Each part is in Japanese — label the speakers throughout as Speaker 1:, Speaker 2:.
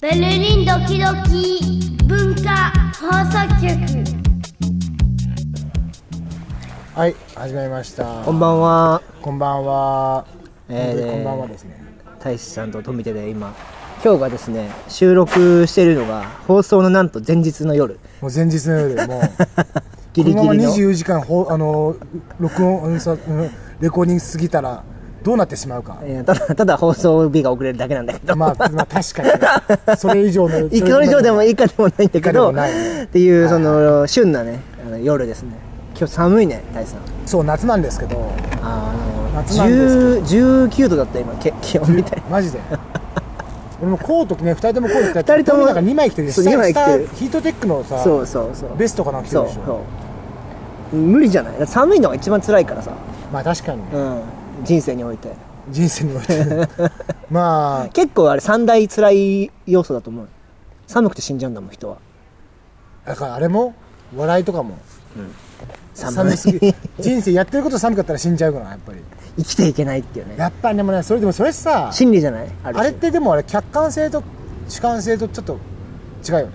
Speaker 1: ベルリンドキドキ文化放送局
Speaker 2: はい始まりました
Speaker 3: こんばんは、
Speaker 2: こんばんは、
Speaker 3: えー
Speaker 2: 本当にこんばんはですね
Speaker 3: 大志さんと富田で今、今日がですね、収録しているのが、放送のなんと前日の夜、
Speaker 2: もう前日の夜もう
Speaker 3: ギリギリの
Speaker 2: このまま24時間ほあの録音うんさうんレコーディング過ぎたらどうなってしまうか
Speaker 3: えーただただ放送日が遅れるだけなんだけど、
Speaker 2: まあ、まあ、確かにそれ以上の
Speaker 3: いくら以上でもいいかでもないんだ
Speaker 2: 以下
Speaker 3: け
Speaker 2: で
Speaker 3: ど、
Speaker 2: もないね
Speaker 3: っていう、その、旬なね、あの夜ですね。今日寒いね、大志さん。
Speaker 2: そう夏なんですけど
Speaker 3: あの、
Speaker 2: 夏なんです
Speaker 3: 10 19度だった今、け気温みたいな。
Speaker 2: マジで俺もコートね2人ともコート着て
Speaker 3: 二人とも
Speaker 2: なんか2枚着てる
Speaker 3: そう
Speaker 2: 下
Speaker 3: 二枚着てる
Speaker 2: 下ヒートテックのさ
Speaker 3: そうそうそう。
Speaker 2: ベストかなんか着て
Speaker 3: そ
Speaker 2: る
Speaker 3: う
Speaker 2: でしょ
Speaker 3: そう。無理じゃないだって寒いのが一番辛いからさ、
Speaker 2: まあ確かに
Speaker 3: うん、人生において。
Speaker 2: 人生におい てまあ
Speaker 3: 結構あれ三大辛い要素だと思う寒くて死んじゃうんだもん人は
Speaker 2: だからあれも笑いとかも
Speaker 3: 寒い
Speaker 2: 寒すぎ人生やってること寒かったら死んじゃうからやっぱり
Speaker 3: 生きていけないっていうね
Speaker 2: やっぱりでもねそれでもそれさ
Speaker 3: 心理じゃないあ
Speaker 2: あれっ
Speaker 3: 種
Speaker 2: てでもあれ客観性と主観性とちょっと違うよね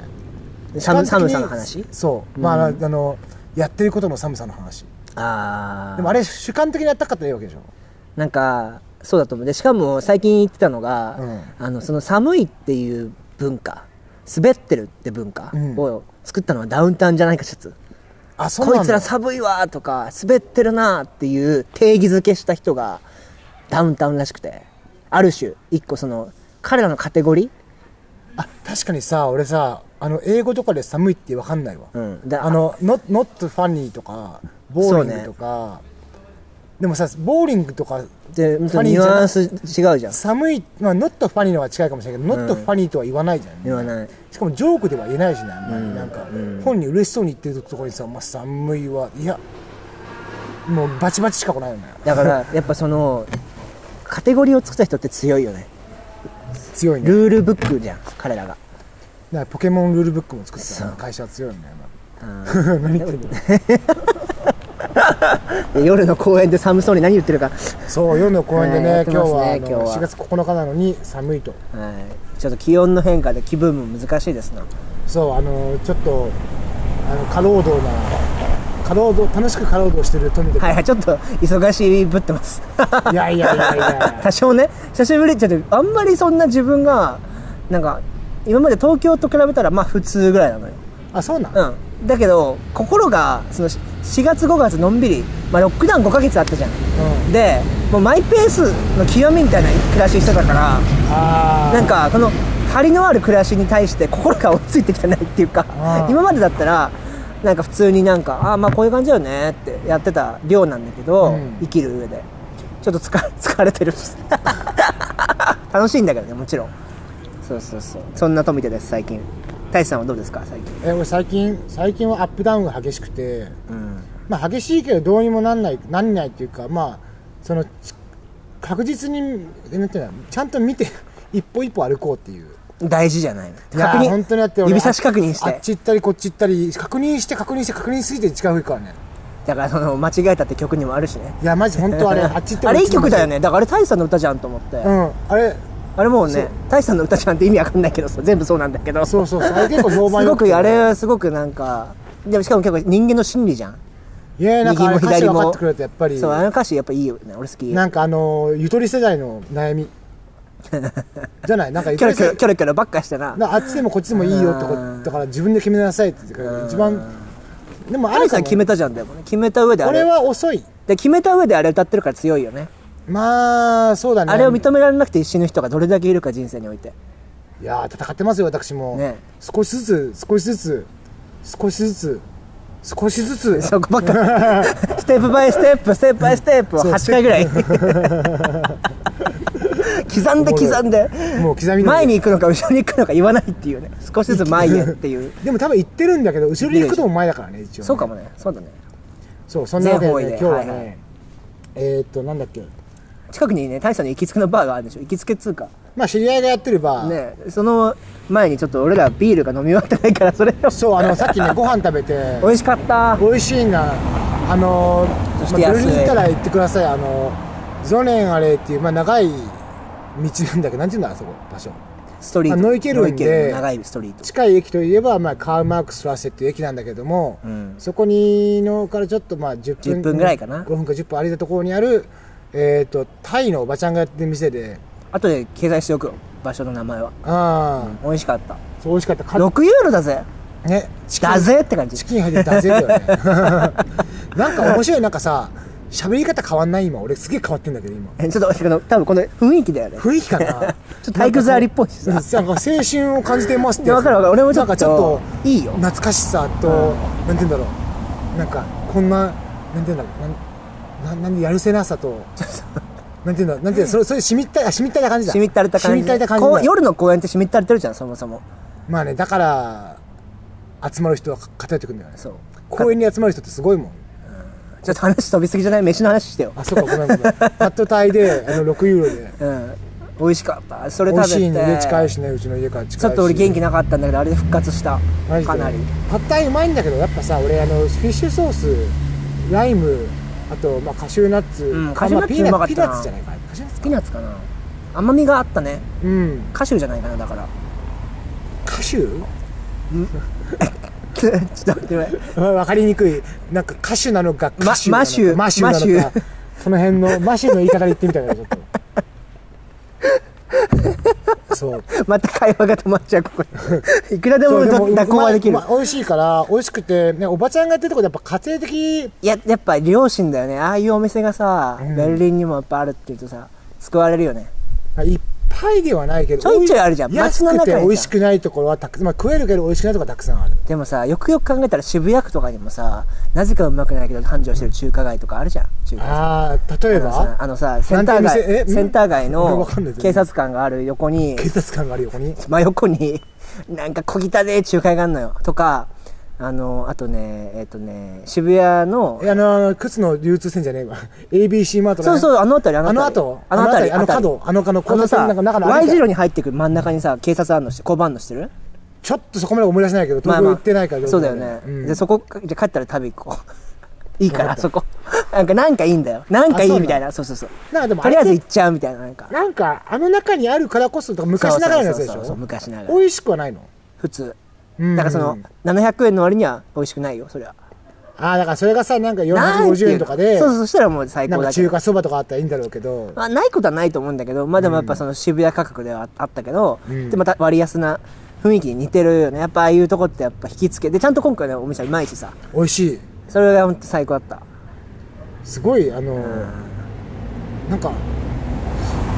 Speaker 3: 寒
Speaker 2: 主観
Speaker 3: 寒
Speaker 2: 的に
Speaker 3: さの話
Speaker 2: そうまあ、あのやってることの寒さの話
Speaker 3: あ
Speaker 2: で
Speaker 3: あ
Speaker 2: もあれ主観的にやったかったらいいわけでしょ
Speaker 3: なんかそうだと思うでしかも最近言ってたのが、
Speaker 2: うん
Speaker 3: あのその寒いっていう文化滑ってるって文化
Speaker 2: うん
Speaker 3: を作ったのはダウンタウンじゃないか説、
Speaker 2: あそうなんだ
Speaker 3: こいつら寒いわーとか滑ってるなーっていう定義づけした人がダウンタウンらしくてある種一個その彼らのカテゴリー
Speaker 2: あ確かにさ俺さあの英語とかで寒いって分かんないわ、
Speaker 3: うんだ
Speaker 2: あの「not, not funny」とか「ボーリング」とか、でもさボーリングとか
Speaker 3: でニ
Speaker 2: ファニーじゃ
Speaker 3: ュ
Speaker 2: ない
Speaker 3: アンス違うじゃん
Speaker 2: 寒い、まあ、ノットファニーの方が近いかもしれないけど、ノットファニーとは言わないじゃん。
Speaker 3: 言わない
Speaker 2: しかもジョークでは言えないしね、あんまり。なんか、本人嬉しそうに言ってるところにさ、まあ、寒いわ、いや、もうバチバチしか来ないよね。
Speaker 3: だからやっぱそのカテゴリーを作った人って強いよね
Speaker 2: 強いね。だか
Speaker 3: ルールブックじゃん彼らが
Speaker 2: らポケモンルールブックも作っ
Speaker 3: そ
Speaker 2: た
Speaker 3: う
Speaker 2: ら会社は強いよね。
Speaker 3: うん
Speaker 2: まあ 何言ってる
Speaker 3: で 夜の公園で寒そうに何言ってるか、は
Speaker 2: そう、夜の公園で
Speaker 3: ねや
Speaker 2: ね
Speaker 3: っ、て
Speaker 2: 今
Speaker 3: ま
Speaker 2: 日
Speaker 3: す
Speaker 2: はあ
Speaker 3: ね
Speaker 2: の
Speaker 3: 今日は
Speaker 2: 4月9日なのに寒いと。
Speaker 3: い、ちょっと気温の変化で気分も難しいですな
Speaker 2: そう、あの、ちょっと、あの、過労働な、過労働、楽しく過労働してる富田君
Speaker 3: はいはいちょっと忙しいぶってます
Speaker 2: いやいやいやいや。
Speaker 3: 多少ね久しぶりちょっとあんまりそんな自分がなんか今まで東京と比べたらまあ普通ぐらいなのよ
Speaker 2: あ、そうなん
Speaker 3: うんだけど心がその4月5月のんびり、まあ、ロックダウン5ヶ月あったじゃん
Speaker 2: う
Speaker 3: でもうマイペースの極みみたいな暮らししてたから
Speaker 2: あー
Speaker 3: なんかこの張りのある暮らしに対して心が追いついてきてないっていうか
Speaker 2: あー
Speaker 3: 今までだったらなんか普通になんかああーまあこういう感じだよねってやってた量なんだけ
Speaker 2: う
Speaker 3: ど、
Speaker 2: ん
Speaker 3: 生きる上でちょっと疲れ 疲れてるし楽しいんだけどねもちろんそうそうそうそんな富田です最近大志さんはどうですか最近
Speaker 2: え俺最近最近はアップダウンが激しくて、まあ激しいけどどうにもなんないなんないっていうかまあそのち確実にえなんていうのちゃんと見て 一歩一歩歩こうっていう
Speaker 3: 大事じゃないの
Speaker 2: いや
Speaker 3: 確認
Speaker 2: 本当にだって俺
Speaker 3: 指差し確認し
Speaker 2: あ
Speaker 3: て
Speaker 2: っち行ったりこっち行ったり確認して確認して確認しすぎて時間増えるからね
Speaker 3: だからその間違えたって曲にもあるしね
Speaker 2: いやマジ本当あ れあっち行って
Speaker 3: あれいい曲だよ
Speaker 2: ね
Speaker 3: ねだからあれ大志さんの歌じゃんと思って、
Speaker 2: うんあれ
Speaker 3: あれもうね大志さんの歌じゃんって意味わかんないけどさ全部そうなんだけど
Speaker 2: そうそうそうあれ結構評判
Speaker 3: す
Speaker 2: 良
Speaker 3: ご
Speaker 2: くて
Speaker 3: くあれはすごくなんかでもしかも結構人間の心理じゃん
Speaker 2: いやなんか
Speaker 3: 右
Speaker 2: あれ
Speaker 3: も
Speaker 2: 歌詞
Speaker 3: 左
Speaker 2: 分か
Speaker 3: も
Speaker 2: ってくれるとやっぱり
Speaker 3: そうあの歌詞やっぱいいよね俺好きキ
Speaker 2: なんかあのゆとり世代の悩 みじゃないなんかゆと
Speaker 3: ョロ
Speaker 2: り
Speaker 3: キ
Speaker 2: 世代
Speaker 3: ョロキョロキョロばっかしてな
Speaker 2: なあっちでもこっちでもいいよってこ
Speaker 3: うん
Speaker 2: だから自分で決めなさいって言うから一番でもあ
Speaker 3: 大
Speaker 2: れ
Speaker 3: 志さ
Speaker 2: さ
Speaker 3: ん
Speaker 2: ん
Speaker 3: 決
Speaker 2: 決
Speaker 3: め
Speaker 2: め
Speaker 3: たじゃんでもね決めた上であ
Speaker 2: こ
Speaker 3: れ
Speaker 2: れは遅い
Speaker 3: で決めた上であれ歌ってるから強いよね
Speaker 2: まあそうだね
Speaker 3: あれを認められなくて死ぬ人がどれだけいるか人生において
Speaker 2: いやー戦ってますよ私も、
Speaker 3: ね
Speaker 2: 少しずつ少しずつ少しずつ少しずつ
Speaker 3: そこばっか ステップバイステップステップバイステップを
Speaker 2: そう
Speaker 3: 8回ぐらい 刻んで刻んで
Speaker 2: もう刻みの
Speaker 3: 前に行くのか後ろに行くのか言わないっていうね少しずつ前へっていう
Speaker 2: でも多分言ってるんだけど後ろに行くとも前だからね一応ね
Speaker 3: そうかもねそうだね
Speaker 2: そうそんなわけで,、ね、
Speaker 3: 全
Speaker 2: 今日
Speaker 3: 方位で
Speaker 2: はね、
Speaker 3: はいはい
Speaker 2: えー、っとなんだっけ
Speaker 3: 近くにね大佐の行きつけのバーがあるでしょ行きつけっつうか
Speaker 2: まあ知り合いがやってれば、
Speaker 3: ねその前にちょっと俺らビールが飲み終わってないからそれを
Speaker 2: そうあのさっ きねご飯食べて
Speaker 3: 美味しかった
Speaker 2: 美味しいなあの
Speaker 3: そし
Speaker 2: まあ
Speaker 3: て
Speaker 2: ベ
Speaker 3: 安
Speaker 2: ル
Speaker 3: い
Speaker 2: リン行ったら行ってくださいあのゾネンアレーっていう、まあ、長い道なんだけどなんていうんだあそこ場所
Speaker 3: ストリート
Speaker 2: あノイケルンで
Speaker 3: の長いストリート
Speaker 2: 近い駅といえば、まあ、カール・マークス・ラッセっていう駅なんだけども、
Speaker 3: ん
Speaker 2: そこにのからちょっとまあ10分
Speaker 3: 10分ぐらいかな
Speaker 2: 5分か10分歩いたところにある、えー、とタイのおばちゃんがやってる店で
Speaker 3: 後で掲載しておくよ場所の名前は
Speaker 2: ああ、
Speaker 3: 美味しかった
Speaker 2: そう美味しかったか、
Speaker 3: 6ユーロだぜ
Speaker 2: ね、チキン
Speaker 3: だぜって感じ
Speaker 2: チキン入ってダゼだよね なんか面白いなんかさ喋り方変わんない今俺すげえ変わってんだけど今
Speaker 3: えちょっとあの多分この雰囲気だよね
Speaker 2: 雰囲気か な
Speaker 3: ちょっと体育座りっぽいしさ
Speaker 2: なんか青春を感じてますっ
Speaker 3: い
Speaker 2: て
Speaker 3: や
Speaker 2: やつ
Speaker 3: わかるわかる俺もちょ
Speaker 2: な
Speaker 3: っと
Speaker 2: んかちょっと
Speaker 3: いいよ
Speaker 2: 懐かしさと、なんて言うんだろうなんかこんななんて言うんだろうなんなんなんやるせなさ となんて言うんだろうなんて言うんだろうそれそれしみったいあしみったいな感じだ
Speaker 3: しみったれた感じ
Speaker 2: しみったれた感じ
Speaker 3: こ
Speaker 2: だ
Speaker 3: う夜の公園ってしみったれてるじゃんそもそも
Speaker 2: まあねだから集まる人は偏ってくるんだよね
Speaker 3: そう
Speaker 2: 公園に集まる人ってすごいもん
Speaker 3: ちょっと話飛びすぎじゃない飯の話してよ
Speaker 2: あそうかごめん ごめんパッドタイであの6ユーロで
Speaker 3: うん美味しかったそれ
Speaker 2: 美
Speaker 3: 食
Speaker 2: 味
Speaker 3: べて
Speaker 2: しいんで家近いしねうちの家から近いし
Speaker 3: ちょっと俺元気なかったんだけどあれで復活した
Speaker 2: マジで
Speaker 3: かなり
Speaker 2: パッタイうまいんだけどやっぱさ俺あのフィッシュソースライムあと、まあ、カシューナッツ、
Speaker 3: うん
Speaker 2: あ
Speaker 3: カシューナッツうまかったな
Speaker 2: ピーナッツじゃないかカシューナッツ
Speaker 3: 好きなやつかな甘みがあったね
Speaker 2: うん
Speaker 3: 歌手じゃないかなだ から
Speaker 2: カシュ
Speaker 3: ちょっと待ってごめん
Speaker 2: ーわわかりにくいなんか歌手なのか
Speaker 3: ま
Speaker 2: 歌手なのか
Speaker 3: マシュー
Speaker 2: マシューな
Speaker 3: マシ
Speaker 2: のかその辺のマシューの言い方で言ってみたからちょっ とそう
Speaker 3: また会話が止まっちゃうこ こいくらで
Speaker 2: そ
Speaker 3: も
Speaker 2: う
Speaker 3: ど蛇行はできる
Speaker 2: うまいうまい美味しいから美味しくて、ね、おばちゃんがやってるとこでやっぱ家庭的
Speaker 3: いややっぱ両親だよねああいうお店がさ、
Speaker 2: ん
Speaker 3: ベルリンにもやっぱあるっていうとさ救われるよね
Speaker 2: いっぱいではないけど
Speaker 3: ちょいちょいあるじゃん
Speaker 2: 安
Speaker 3: 街の
Speaker 2: く
Speaker 3: 中に
Speaker 2: て美
Speaker 3: さ
Speaker 2: 味しくないところはたく、まあ、食えるけど美味しくないところはたくさんある
Speaker 3: でもさよくよく考えたら渋谷区とかにもさなぜかうまくないけど繁盛してる中華街とかあるじゃん中華街
Speaker 2: ああ例え
Speaker 3: あのさ
Speaker 2: ば
Speaker 3: あのさセンター
Speaker 2: なんて店え
Speaker 3: 街
Speaker 2: ん
Speaker 3: センター街
Speaker 2: 俺
Speaker 3: の
Speaker 2: わかんない全
Speaker 3: 警
Speaker 2: 然
Speaker 3: 察官がある横に
Speaker 2: 警察官がある横に
Speaker 3: 真横になんか小汚ねえ中華街があんのよとかあのあとねえっ、とね渋谷の
Speaker 2: えあの靴の流通線じゃねえわ ABC マート
Speaker 3: そうそうう、あの辺り、
Speaker 2: あの後
Speaker 3: あの辺り、
Speaker 2: あの辺りあの角あの角
Speaker 3: このさ、
Speaker 2: 交差点の中の
Speaker 3: Y 字路に入ってくる真ん中にさ、警察あんのして、交番のしてる
Speaker 2: ちょっとそこまで思い出せないけど東京行ってないから、
Speaker 3: そうだよね。
Speaker 2: うん
Speaker 3: で、そこ、じゃあ帰ったら旅行こう。いい か、
Speaker 2: わからった
Speaker 3: そこ。なんか、なんかいいんだよ。なんか
Speaker 2: あそうな
Speaker 3: い
Speaker 2: いの
Speaker 3: みたいな。そうそうそう。
Speaker 2: なんかでも
Speaker 3: とりあえず行っちゃうみたいな、なんか。
Speaker 2: なんかあの中にあるからこそとか昔ながらのやつでし
Speaker 3: そうそうそうそう
Speaker 2: ょ
Speaker 3: 昔ながら
Speaker 2: 美味しくはないの
Speaker 3: 普通。
Speaker 2: うん
Speaker 3: なんかその、700円の割には美味しくないよ、そりゃ。
Speaker 2: ああだからそれがさなんか
Speaker 3: なんていう
Speaker 2: 450円とかで
Speaker 3: そうそう、そしたらもう最
Speaker 2: なん
Speaker 3: 高
Speaker 2: か
Speaker 3: だけ
Speaker 2: 中
Speaker 3: ど。
Speaker 2: 華そばとかあったらいいんだろうけど
Speaker 3: まあ、ないことはないと思うんだけど、まあでもやっぱその渋谷価格ではあったけど、
Speaker 2: うん
Speaker 3: でまた割安な雰囲気に似てるよね。やっぱああいうとこってやっぱ引き付け。で、ちゃんと今回のお店はうまいしさ。
Speaker 2: 美味しい
Speaker 3: それが本当最高だった。
Speaker 2: すごいあのなんか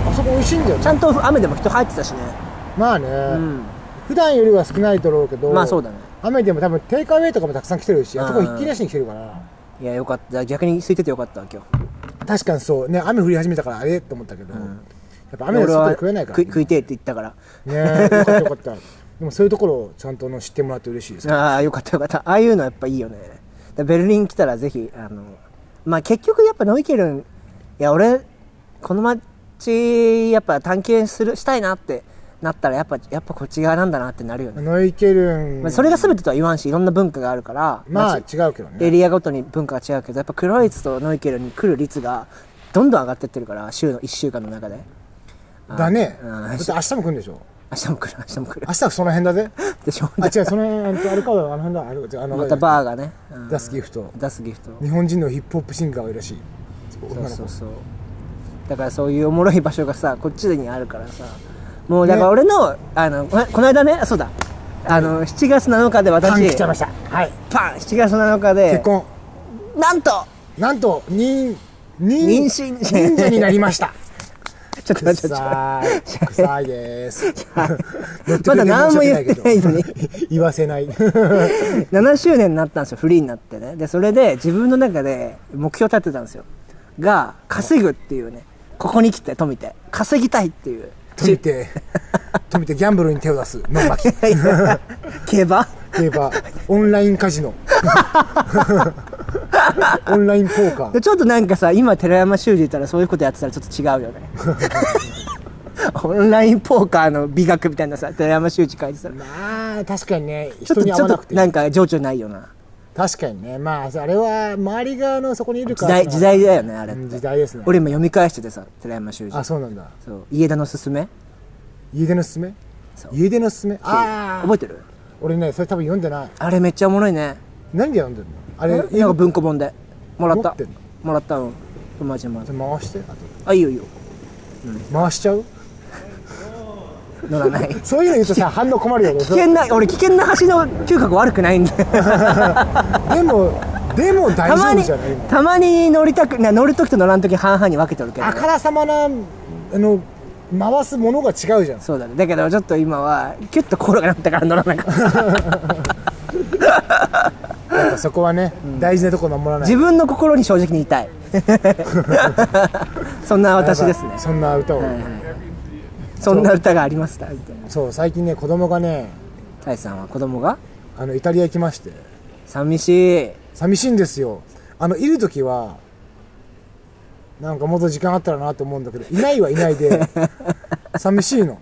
Speaker 2: あそこ美味しいんだよ
Speaker 3: ちゃんと雨でも人入ってたしね。
Speaker 2: まあね、
Speaker 3: うん。
Speaker 2: 普段よりは少ないだろうけど
Speaker 3: まあそうだね
Speaker 2: 雨でも多分テイクアウェイとかもたくさん来てるし
Speaker 3: うん
Speaker 2: あそこひっきりなしに来てるから
Speaker 3: いや、よかった。逆に空いててよかったわ、今日。
Speaker 2: 確かにそうね雨降り始めたからあれと思ったけど、やっぱ雨の
Speaker 3: 俺
Speaker 2: 外
Speaker 3: は
Speaker 2: で食えないから
Speaker 3: 食い食いてえって言ったから。
Speaker 2: ねねよかったよかったでもそういうところをちゃんとあの知ってもらって嬉しいです
Speaker 3: ああ、よかったよかった。ああいうのやっぱいいよね。だからベルリン来たらぜひ、あの、まあ結局やっぱノイケルン、いや俺、この街、やっぱ探検する、したいなってなったら、やっぱ、やっぱこっち側なんだなってなるよね。
Speaker 2: ノイケルン、
Speaker 3: まあ、それが全てとは言わんし、いろんな文化があるから、
Speaker 2: まあ違
Speaker 3: 街
Speaker 2: うけど
Speaker 3: エ
Speaker 2: ね
Speaker 3: リアごとに文化が違うけど、やっぱクロイツとノイケルンに来る率がどんどん上がってってるから、週の1週間の中で。
Speaker 2: だね
Speaker 3: うん
Speaker 2: だって明日も来るんでしょ
Speaker 3: 明日も来る、明日も来る
Speaker 2: 明。日はその辺だぜ
Speaker 3: でしょ
Speaker 2: あ違うその辺あのあれかあの辺だあれあの
Speaker 3: またバーがね、うん
Speaker 2: 出すギフト
Speaker 3: 出すギフト。
Speaker 2: 日本人のヒップホップシンガーがいるらしい
Speaker 3: そうそ
Speaker 2: 女の
Speaker 3: う
Speaker 2: 子
Speaker 3: そうだからそういうおもろい場所がさこっちにあるからさもうだから俺の,、あのここの間ねそうだあの7月7日で
Speaker 2: パン来
Speaker 3: 私
Speaker 2: ちゃいましたはい
Speaker 3: パン7月7日で
Speaker 2: 結婚
Speaker 3: なんと
Speaker 2: なんと妊妊
Speaker 3: 妊娠
Speaker 2: 忍者になりま した
Speaker 3: ちょっと
Speaker 2: く
Speaker 3: 待ってちょっと
Speaker 2: さーいくさい です
Speaker 3: 待
Speaker 2: 乗
Speaker 3: っ
Speaker 2: っててく
Speaker 3: まだ
Speaker 2: れて
Speaker 3: 何も言ってないのに
Speaker 2: 申し訳ないけど言わせない
Speaker 3: 7周年になったんですよフリーになってねでそれで自分の中で目標立てたんですよが稼ぐっていうねここに来て富て稼ぎたいっていう
Speaker 2: 富て富てギャンブルに手を出すの巻き
Speaker 3: 競馬
Speaker 2: 競馬オンラインカジ ノオンラインポーカ
Speaker 3: で
Speaker 2: ー
Speaker 3: ちょっとなんかさ今寺山修司いたらそういうことやってたらちょっと違うよね オンラインポーカーの美学みたいなさ寺山修司書いてたらち
Speaker 2: まあ確かにね
Speaker 3: ょっ
Speaker 2: 人
Speaker 3: と
Speaker 2: に
Speaker 3: ち
Speaker 2: 会
Speaker 3: ょ
Speaker 2: わな
Speaker 3: っ
Speaker 2: く
Speaker 3: と
Speaker 2: て
Speaker 3: なんか情緒ないよな
Speaker 2: 確かにねまああれは周り側のそこにいる
Speaker 3: 時
Speaker 2: から
Speaker 3: 代時代だよねあれっ
Speaker 2: う
Speaker 3: て
Speaker 2: ん時代ですね
Speaker 3: 俺今読み返しててさ寺山修司
Speaker 2: あそうなんだ
Speaker 3: そう家田のすすめ
Speaker 2: 家出のすすめ家出のすすめああ
Speaker 3: 覚えてる
Speaker 2: 俺ねそれ多分読んでない
Speaker 3: あれめっちゃおもろいね
Speaker 2: 何で読んでんのあれ
Speaker 3: なん
Speaker 2: 今
Speaker 3: か文庫本でもらっ
Speaker 2: 持
Speaker 3: た
Speaker 2: ってんの
Speaker 3: もらったうん友達にもらっ
Speaker 2: ち
Speaker 3: た
Speaker 2: ょっと回してあ
Speaker 3: あいいよいいよ
Speaker 2: と回しちゃう
Speaker 3: 乗らない
Speaker 2: そういうの言う とさ反応困るよね
Speaker 3: 危険な俺危険な橋の嗅覚悪くないんで
Speaker 2: でもでも大
Speaker 3: たま
Speaker 2: 丈夫
Speaker 3: に
Speaker 2: じゃない今
Speaker 3: たまに乗りたくな乗る時と乗らん時半々に分けてるけど
Speaker 2: あ
Speaker 3: ね、
Speaker 2: からさまなあの回すものが違 うじゃん
Speaker 3: そうだねだけどちょっと今はキュッと心がなったから乗 らなかった
Speaker 2: やっぱそこはね、大事なとこ守らない
Speaker 3: 自分の心に正直にい たいそんな私ですね
Speaker 2: そんな歌を、
Speaker 3: はいそんな歌がありましたみたいな
Speaker 2: そう最近ね子供がね
Speaker 3: 大志さんは子供が
Speaker 2: あのイタリア行きまして
Speaker 3: 寂しい
Speaker 2: 寂しいんですよあのいる時はなんかもっと時間あったらなと思うんだけどいないはいないで 寂しいの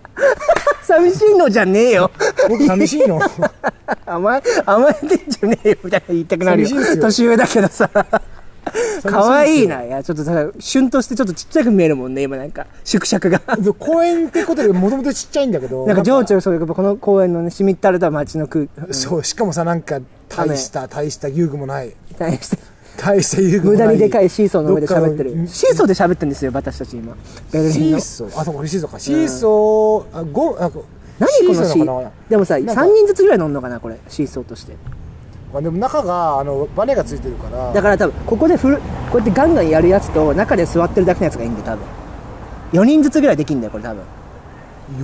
Speaker 3: 寂しいのじゃねえよ
Speaker 2: 僕寂しいの
Speaker 3: 甘え甘えてんじゃねえよみたいな言いたくなるよ
Speaker 2: 寂しいですよ
Speaker 3: 年上だけどさ 可愛い
Speaker 2: な
Speaker 3: ないやちょっとさ旬としてちょっとちっちゃく見えるもんね今なんか縮尺が
Speaker 2: 公園ってことでもともとちっちゃいんだけど
Speaker 3: なんか
Speaker 2: やっ
Speaker 3: 情緒そういうこの公園のねしみったれた街の空気
Speaker 2: ぱそうしかもさなんか大した大した遊具もない
Speaker 3: みたいにして
Speaker 2: 大した遊具も
Speaker 3: 無
Speaker 2: ない
Speaker 3: 駄にでかいシーソーの上で喋って
Speaker 2: どっか
Speaker 3: る
Speaker 2: の
Speaker 3: シーソーで喋ってるんですよ私たち今ベルリ
Speaker 2: シ
Speaker 3: ンの
Speaker 2: ーソーあそうこれシーソーかシーソー、あゴあこ
Speaker 3: 何このシ
Speaker 2: シーソーなのか
Speaker 3: ー
Speaker 2: な
Speaker 3: でもさ
Speaker 2: なんか
Speaker 3: 3人ずつぐらい乗んのかなこれシーソーとして
Speaker 2: まあでも中があのバネがついてるから
Speaker 3: だから多分ここでフルこうやってガンガンやるやつと中で座ってるだけのやつがいいんで多分4人ずつぐらいできんだよこれ多分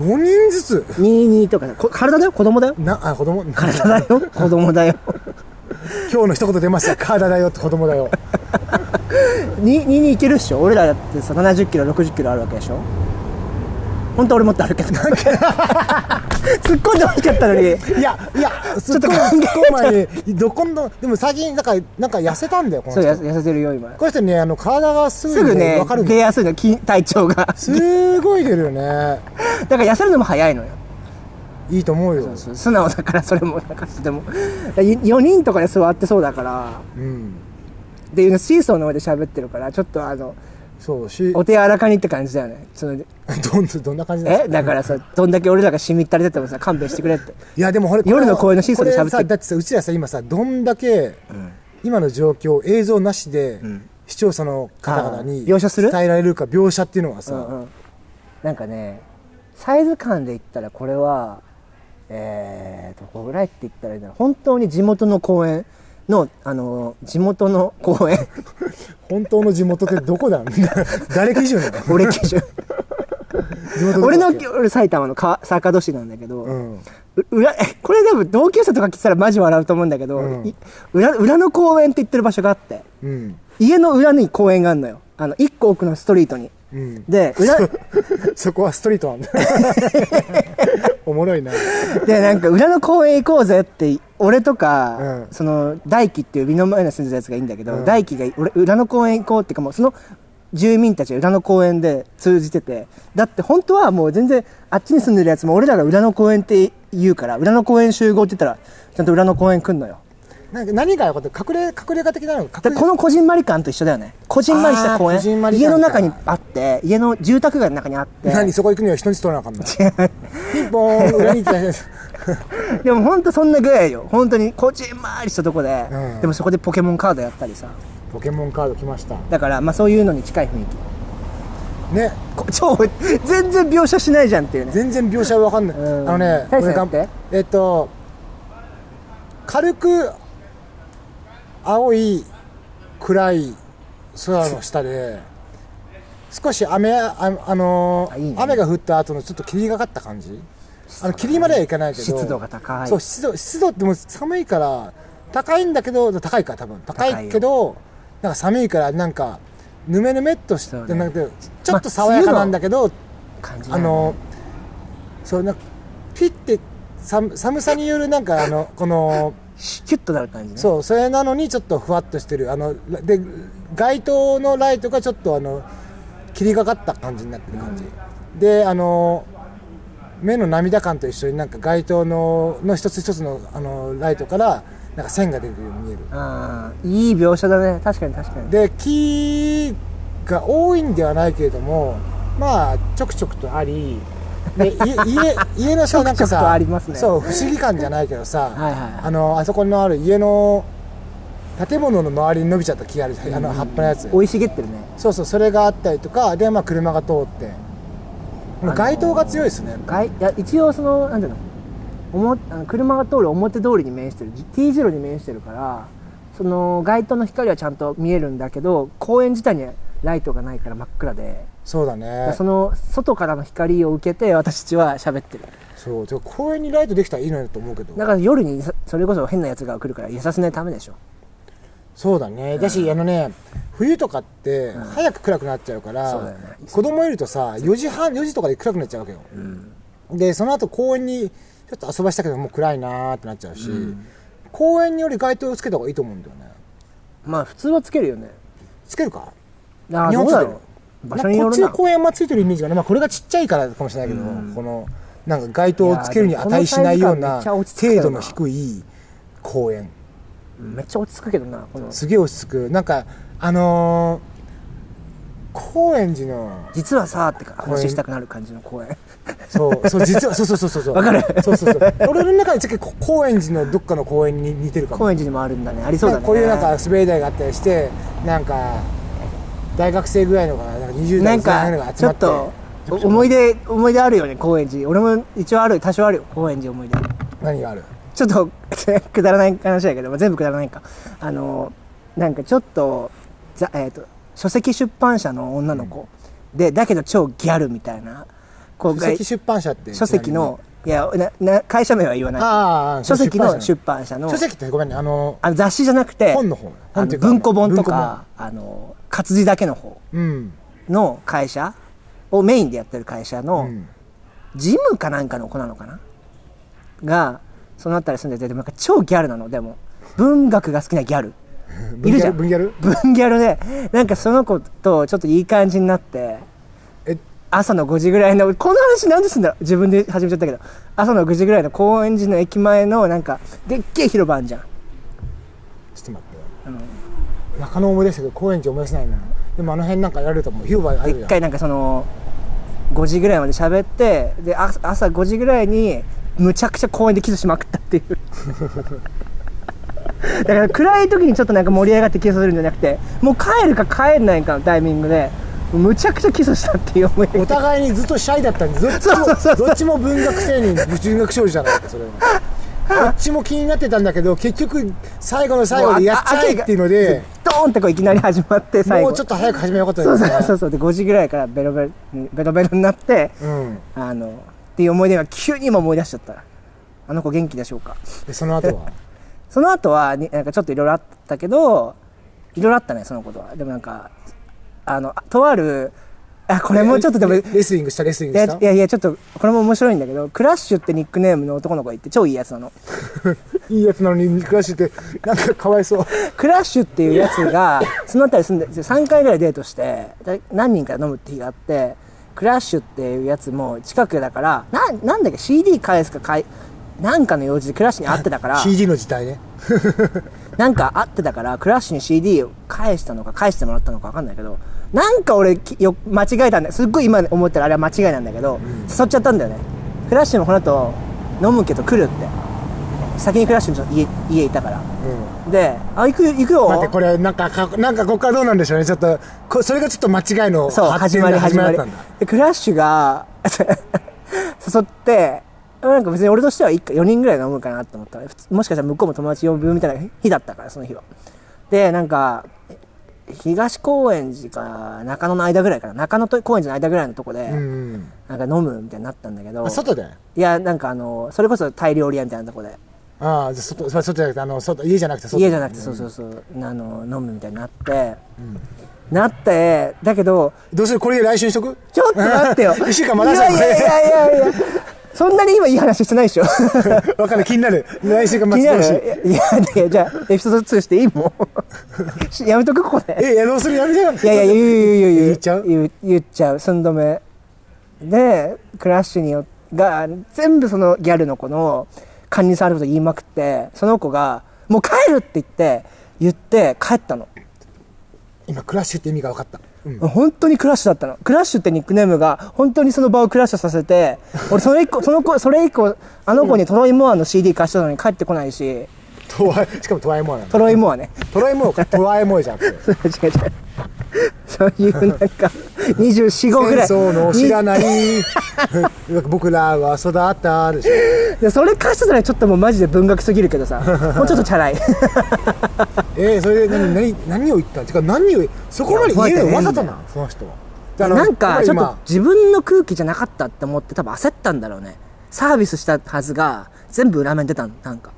Speaker 2: 4人ずつ
Speaker 3: 22とかこ体だよ子供だよ
Speaker 2: なあ子供今
Speaker 3: 体だよ子供だよ
Speaker 2: 日の一言出ました体だよって子供だ よ
Speaker 3: に22いけるっしょ俺らだってさ7 0キロ6 0キロあるわけでしょ本当俺もっとあるけど突 っ込んでほしかったのに
Speaker 2: いやいや
Speaker 3: ちょっ
Speaker 2: 突
Speaker 3: と考
Speaker 2: っ
Speaker 3: え
Speaker 2: 込む前に どこんどでも最近だからなんか痩せたんだよこ
Speaker 3: そ
Speaker 2: の
Speaker 3: うや
Speaker 2: 人
Speaker 3: 痩せてるよ今
Speaker 2: この人ねあの体がす
Speaker 3: す
Speaker 2: ぐ
Speaker 3: ぐ
Speaker 2: ね
Speaker 3: ね
Speaker 2: 分かるんだ
Speaker 3: 出
Speaker 2: よ
Speaker 3: やすいの筋体調が
Speaker 2: すごい出るよね
Speaker 3: だから痩せるのも早いのよ
Speaker 2: いいと思うよ
Speaker 3: そう素直だからそれもなんかしても4人とかで座ってそうだから
Speaker 2: うん
Speaker 3: っていうのシーソーの上で喋ってるからちょっとあの
Speaker 2: そうし
Speaker 3: お手柔らかにって感じだよねその
Speaker 2: どんどんな感じなんです
Speaker 3: えだからさどんだけ俺らがしみったれててもさ勘弁してくれって
Speaker 2: いやでもほれ
Speaker 3: 夜の公園のシーソーで喋って
Speaker 2: これさだってさうちらさ今さどんだけ今の状況映像なしで視聴者の方々に
Speaker 3: あー描写する
Speaker 2: 伝えられるか描写っていうのは
Speaker 3: う
Speaker 2: さ
Speaker 3: んうんなんかねサイズ感で言ったらこれはえー、どこぐらいって言ったらいいんだろう本当に地元の公園のあの地元の 公園
Speaker 2: 本当の地元ってどこだ誰基準なの
Speaker 3: 俺基準
Speaker 2: 地元どこ
Speaker 3: 俺の俺埼玉のか坂戸市なんだけど、
Speaker 2: うん
Speaker 3: う裏これ多分同級生とか来たらマジ笑うと思うんだけど、
Speaker 2: うん
Speaker 3: い裏裏の公園って言ってる場所があって
Speaker 2: うん
Speaker 3: 家の裏に公園があるのよあの1個奥のストリートに
Speaker 2: うん
Speaker 3: で裏
Speaker 2: そこはストリートなんだおもろいな
Speaker 3: でなんか裏の公園行こうぜって俺とか、
Speaker 2: うん
Speaker 3: その大輝っていう身の前に住んでたやつがいいんだけど、
Speaker 2: ん
Speaker 3: 大輝が俺裏の公園行こうっていうかもうその住民たちが裏の公園で通じててだって本当はもう全然あっちに住んでるやつも俺らが裏の公園って言うから裏の公園集合って言ったらちゃんと裏の公園来んのよ
Speaker 2: なんか何がこと隠れ隠れ家的なの
Speaker 3: だ
Speaker 2: 隠
Speaker 3: か
Speaker 2: れ
Speaker 3: らこのこじんまり感と一緒だよねこじんまりした公
Speaker 2: あーこじんま
Speaker 3: 園
Speaker 2: り感
Speaker 3: 家
Speaker 2: か
Speaker 3: の中にあって家の住宅街の中にあって
Speaker 2: 何そこ行くには人に取らなあかんのピンポーン裏に行って
Speaker 3: でも本当そんなぐらいよ本当にこじんまりしたとこで、
Speaker 2: うん
Speaker 3: でもそこでポケモンカードやったりさ
Speaker 2: ポケモンカード来ました
Speaker 3: だからまあそういうのに近い雰囲気
Speaker 2: ね
Speaker 3: こ 超全然描写しないじゃんっていうね
Speaker 2: 全然描写わかんない、
Speaker 3: うん
Speaker 2: あのね
Speaker 3: 大地さん
Speaker 2: 俺が
Speaker 3: やって
Speaker 2: えっと軽く青い暗い空の下で少し雨ああのー
Speaker 3: あいいね
Speaker 2: 雨が降った後のちょっと霧がかった感じあの霧まではいかないけど
Speaker 3: 湿度が高い
Speaker 2: そう湿度湿度ってもう寒いから高いんだけど高いか多分高
Speaker 3: 高い
Speaker 2: い
Speaker 3: よ
Speaker 2: けどなんか寒いからなんかぬめぬめっとして、
Speaker 3: そうね
Speaker 2: なんかちょっと爽やかなんだけど、
Speaker 3: 感じだ
Speaker 2: あ
Speaker 3: よね
Speaker 2: のそうなんかピッて寒寒さによるなんかあのこの
Speaker 3: シュキュッとなる感じね
Speaker 2: そうそれなのにちょっとふわっとしてるあので街灯のライトがちょっとあの霧がかった感じになってる感じ、であの目の涙感と一緒になんか街灯のの一つ一つのあのライトからなんか線が出てるように見える
Speaker 3: あーいい描写だね確かに確かに
Speaker 2: で木が多いんではないけれどもまあちょくちょくとありでい家家のさ
Speaker 3: ちょ
Speaker 2: なん
Speaker 3: くち
Speaker 2: か
Speaker 3: ょくと
Speaker 2: さ
Speaker 3: ありますね
Speaker 2: そう不思議感じゃないけどさ
Speaker 3: はいはいはい
Speaker 2: あのあそこのある家の建物の周りに伸びちゃった木あるじゃんあの葉っぱのやつ
Speaker 3: 生い茂ってるね
Speaker 2: そうそうそれがあったりとかでまあ車が通って
Speaker 3: のー
Speaker 2: 街灯が強いですね
Speaker 3: 外いや一応そのなんていうのおもあの車が通る表通りに面してる T 字路に面してるからその街灯の光はちゃんと見えるんだけど公園自体にはライトがないから真っ暗で、
Speaker 2: そうだね
Speaker 3: その外からの光を受けて私たちは喋ってる
Speaker 2: そうで公園にライトできたらいいのにと思うけど
Speaker 3: だから夜にそそれこそ変なやつが来るからいさせないためでしょ
Speaker 2: そうだねだしあのね冬とかって早く暗くなっちゃうから、
Speaker 3: そうだよね
Speaker 2: 子供いるとさ4時半4時とかで暗くなっちゃうわけよ、でその後公園にちょっと遊ばしたけどもう暗いなーってなっちゃうし、公園により街灯をつけた方がいいと思うんだよね
Speaker 3: まあ普通はつけるよね
Speaker 2: つけるか
Speaker 3: ああ
Speaker 2: 日本
Speaker 3: どう
Speaker 2: 地
Speaker 3: だ
Speaker 2: だ
Speaker 3: ろ
Speaker 2: よ
Speaker 3: う場
Speaker 2: なんか
Speaker 3: 所に
Speaker 2: こ
Speaker 3: よ
Speaker 2: っ
Speaker 3: る
Speaker 2: ちに
Speaker 3: な
Speaker 2: 公園はついてるイメージがね、まあ、これがちっちゃいからかもしれないけど、このなんか街灯をつけるに値しないよう
Speaker 3: いや
Speaker 2: な
Speaker 3: ーでもこのサイズ感めっちゃ落
Speaker 2: 程度
Speaker 3: ち着くよな
Speaker 2: の低い公園
Speaker 3: めっちゃ落ち着くけどなこの
Speaker 2: すげえ落ち着くなんかあのー、高円寺の
Speaker 3: 実はさーって話したくなる感じの公園
Speaker 2: そうそう実はそうそうそうそうそう
Speaker 3: わかる
Speaker 2: そうそうそう俺の中で結構高円寺のどっかの公園に似てるかも
Speaker 3: 高円寺にもあるんだねありそう
Speaker 2: な
Speaker 3: だ
Speaker 2: ん
Speaker 3: ね
Speaker 2: かこういうなんか滑り台があったりしてなんか大学生ぐらいのかななんか20
Speaker 3: な
Speaker 2: 代
Speaker 3: ん
Speaker 2: ぐらいのが
Speaker 3: か
Speaker 2: 集
Speaker 3: ちょ
Speaker 2: まっ
Speaker 3: ってと思い出思い出あるよね高円寺俺も一応ある多少あるよ高円寺思い出
Speaker 2: 何がある
Speaker 3: ちょっと くだらない話だけど、まあ、全部くだらないかあのなんかちょっとざ、えー、と書籍出版社の女の子、でだけど超ギャルみたいな子
Speaker 2: 書
Speaker 3: が
Speaker 2: 籍出版社って
Speaker 3: 書籍のいやなな会社名は言わ
Speaker 2: ち
Speaker 3: な
Speaker 2: なみにああ
Speaker 3: い書籍の
Speaker 2: 出
Speaker 3: 出版社の
Speaker 2: 版社書籍ってごめんねあの
Speaker 3: あの雑誌じゃなくて
Speaker 2: 本の方
Speaker 3: あ
Speaker 2: 本ってい
Speaker 3: の
Speaker 2: うか
Speaker 3: 文庫本とかあの活字だけの方
Speaker 2: うん
Speaker 3: の会社をメインでやってる会社
Speaker 2: う
Speaker 3: の
Speaker 2: ん
Speaker 3: ジムかなんかの子なのかながその辺り住んでてでもなんか超ギャルなのでも文学が好きなギャルいるじゃん
Speaker 2: 文ギャル
Speaker 3: 文ギャルでなんかその子とちょっといい感じになって
Speaker 2: え
Speaker 3: 朝の5時ぐらいのこの話なんですんだろう自分で始めちゃったけど朝の5時ぐらいの高円寺の駅前のなんかでっけえ広場あんじゃん
Speaker 2: ちょっと待って。中野思い出したけど、高円寺思い出せないな。でもあの辺なんかやるともう広場ある
Speaker 3: 一
Speaker 2: じゃん。
Speaker 3: 回なんかその5時ぐらいまで喋ってであ朝5時ぐらいにむちゃくちゃ公園でキスしまくったっていう だから暗い時にちょっとなんか盛り上がってキスするんじゃなくてもう帰るか帰んないかのタイミングでむちゃくちゃキスしたっていう思い
Speaker 2: お互いにずっとシャイだったんで、どっち
Speaker 3: そうそうそう
Speaker 2: も、どっちも文学青年、文学少女じゃないか、それは。どっちも気になってたんだけど、結局、最後の最後でやっちゃえっていうので、
Speaker 3: ドーンってこういきなり始まって最後
Speaker 2: もうちょっと早く始めようかと
Speaker 3: そ
Speaker 2: 思
Speaker 3: う
Speaker 2: っ
Speaker 3: そ
Speaker 2: た
Speaker 3: う
Speaker 2: です
Speaker 3: そ
Speaker 2: ね。
Speaker 3: うそうで5時ぐらいからベロベロベロベロになって
Speaker 2: うん。
Speaker 3: あのっていう思い出が急に今思い出しちゃったあの子元気でしょうか
Speaker 2: で、その後は。
Speaker 3: その後はになんかちょっといろいろあったけどいろいろあったねそのことはでもなんかあのとあるあこれもちょっとでも
Speaker 2: レ
Speaker 3: い
Speaker 2: レスリングした、レスリング
Speaker 3: や
Speaker 2: し
Speaker 3: い
Speaker 2: た。
Speaker 3: やいやちょっとこれも面白いんだけどクラッシュってニックネームの男の子がいて超いいやつなの
Speaker 2: いいやつなのに、クラッシュって、なんかかわいそう。
Speaker 3: クラッシュっていうやつ がその辺り住んで3回ぐらいデートしてだ何人か飲むって日があってクラッシュっていうやつも近くだからななんだっけ CD 返すか買いなんかの用事でクラッシュに会ってたから
Speaker 2: CD の時代ね。
Speaker 3: なんか会ってたから、クラッシュに CD を返したのか、返してもらったのか分かんないけど、なんか俺きよ、間違えたんだすっごい今思ったらあれは間違いなんだけど、誘っちゃったんだよね。クラッシュもこの後、飲むけど来るって。先にクラッシュの家家いたから。
Speaker 2: うん。
Speaker 3: で、あ、行くよ、行くよ。
Speaker 2: 待って、これ、なんかか、なんかここからどうなんでしょうね。ちょっと、こそれがちょっと間違いの
Speaker 3: そう、
Speaker 2: 発
Speaker 3: 始
Speaker 2: 展
Speaker 3: まり
Speaker 2: の
Speaker 3: 始ま
Speaker 2: だっ
Speaker 3: り
Speaker 2: たんだ。。
Speaker 3: で、クラッシュが、 誘って、なんか別に俺としては4人ぐらい飲むかなと思ったら、普通もしかしたら向こうも友達呼ぶみたいな日だったから、その日は。で、なんか、東高円寺か中野の間ぐらいかな、中野と高円寺の間ぐらいのとこで、
Speaker 2: うん。
Speaker 3: なんか飲むみたいになったんだけど、
Speaker 2: あ外で
Speaker 3: いや、なんかあの、それこそタイ料理屋みたいなとこで、
Speaker 2: ああ、じゃあ外、まあ外じゃなくて、あの、外、家じゃなくて、外。
Speaker 3: 家じゃなくて、そうそうそう、あの、飲むみたいになって、なって、だけど、
Speaker 2: どうするこれ来週にしとく
Speaker 3: ちょっと
Speaker 2: 。
Speaker 3: 待ってよ
Speaker 2: 一週間待たせ
Speaker 3: い
Speaker 2: た
Speaker 3: やいやいやいやいや。そんなに今いい話してないで しょ。気
Speaker 2: わかんない、気になる。来週が待
Speaker 3: に
Speaker 2: ち
Speaker 3: な
Speaker 2: 遠しい。
Speaker 3: る。いや、いやじゃあ、エピソード2していいもん。しやめとく、これ。
Speaker 2: え、いや、どうするやめてよ。
Speaker 3: いやいや、言う言う言う言う。
Speaker 2: 言っちゃう
Speaker 3: 言言っちゃう。寸止め。で、クラッシュによが、全部そのギャルの子の管理さんのこと言いまくって、その子が、もう帰るって言って、言って帰ったの。
Speaker 2: 今クラッシュって意味が分かった、うん、
Speaker 3: 本当にクラッシュだったのクラッシュってニックネームが本当にその場をクラッシュさせて俺それ以降その子それ以降あの子にトロイ・モアの CD 貸したのに帰ってこないし
Speaker 2: トワイしかもトワイモアなんだ
Speaker 3: トロイ・モアね
Speaker 2: トライモアかトワイモアじゃなくて
Speaker 3: そう違う違うそういうなんか245ぐらい
Speaker 2: 戦争の知ら
Speaker 3: に
Speaker 2: ない 僕らは育ったでしょ
Speaker 3: でそれ貸したらちょっともうマジで文学すぎるけ どさもうちょっとチャラい
Speaker 2: えー、それで何何何を言ったんですか何をそこまで言えるのわざとなその人はであの
Speaker 3: なんかちょっと
Speaker 2: 今
Speaker 3: 自分の空気じゃなかったって思って多分焦ったんだろうねサービスしたはずが全部裏面出たのなんか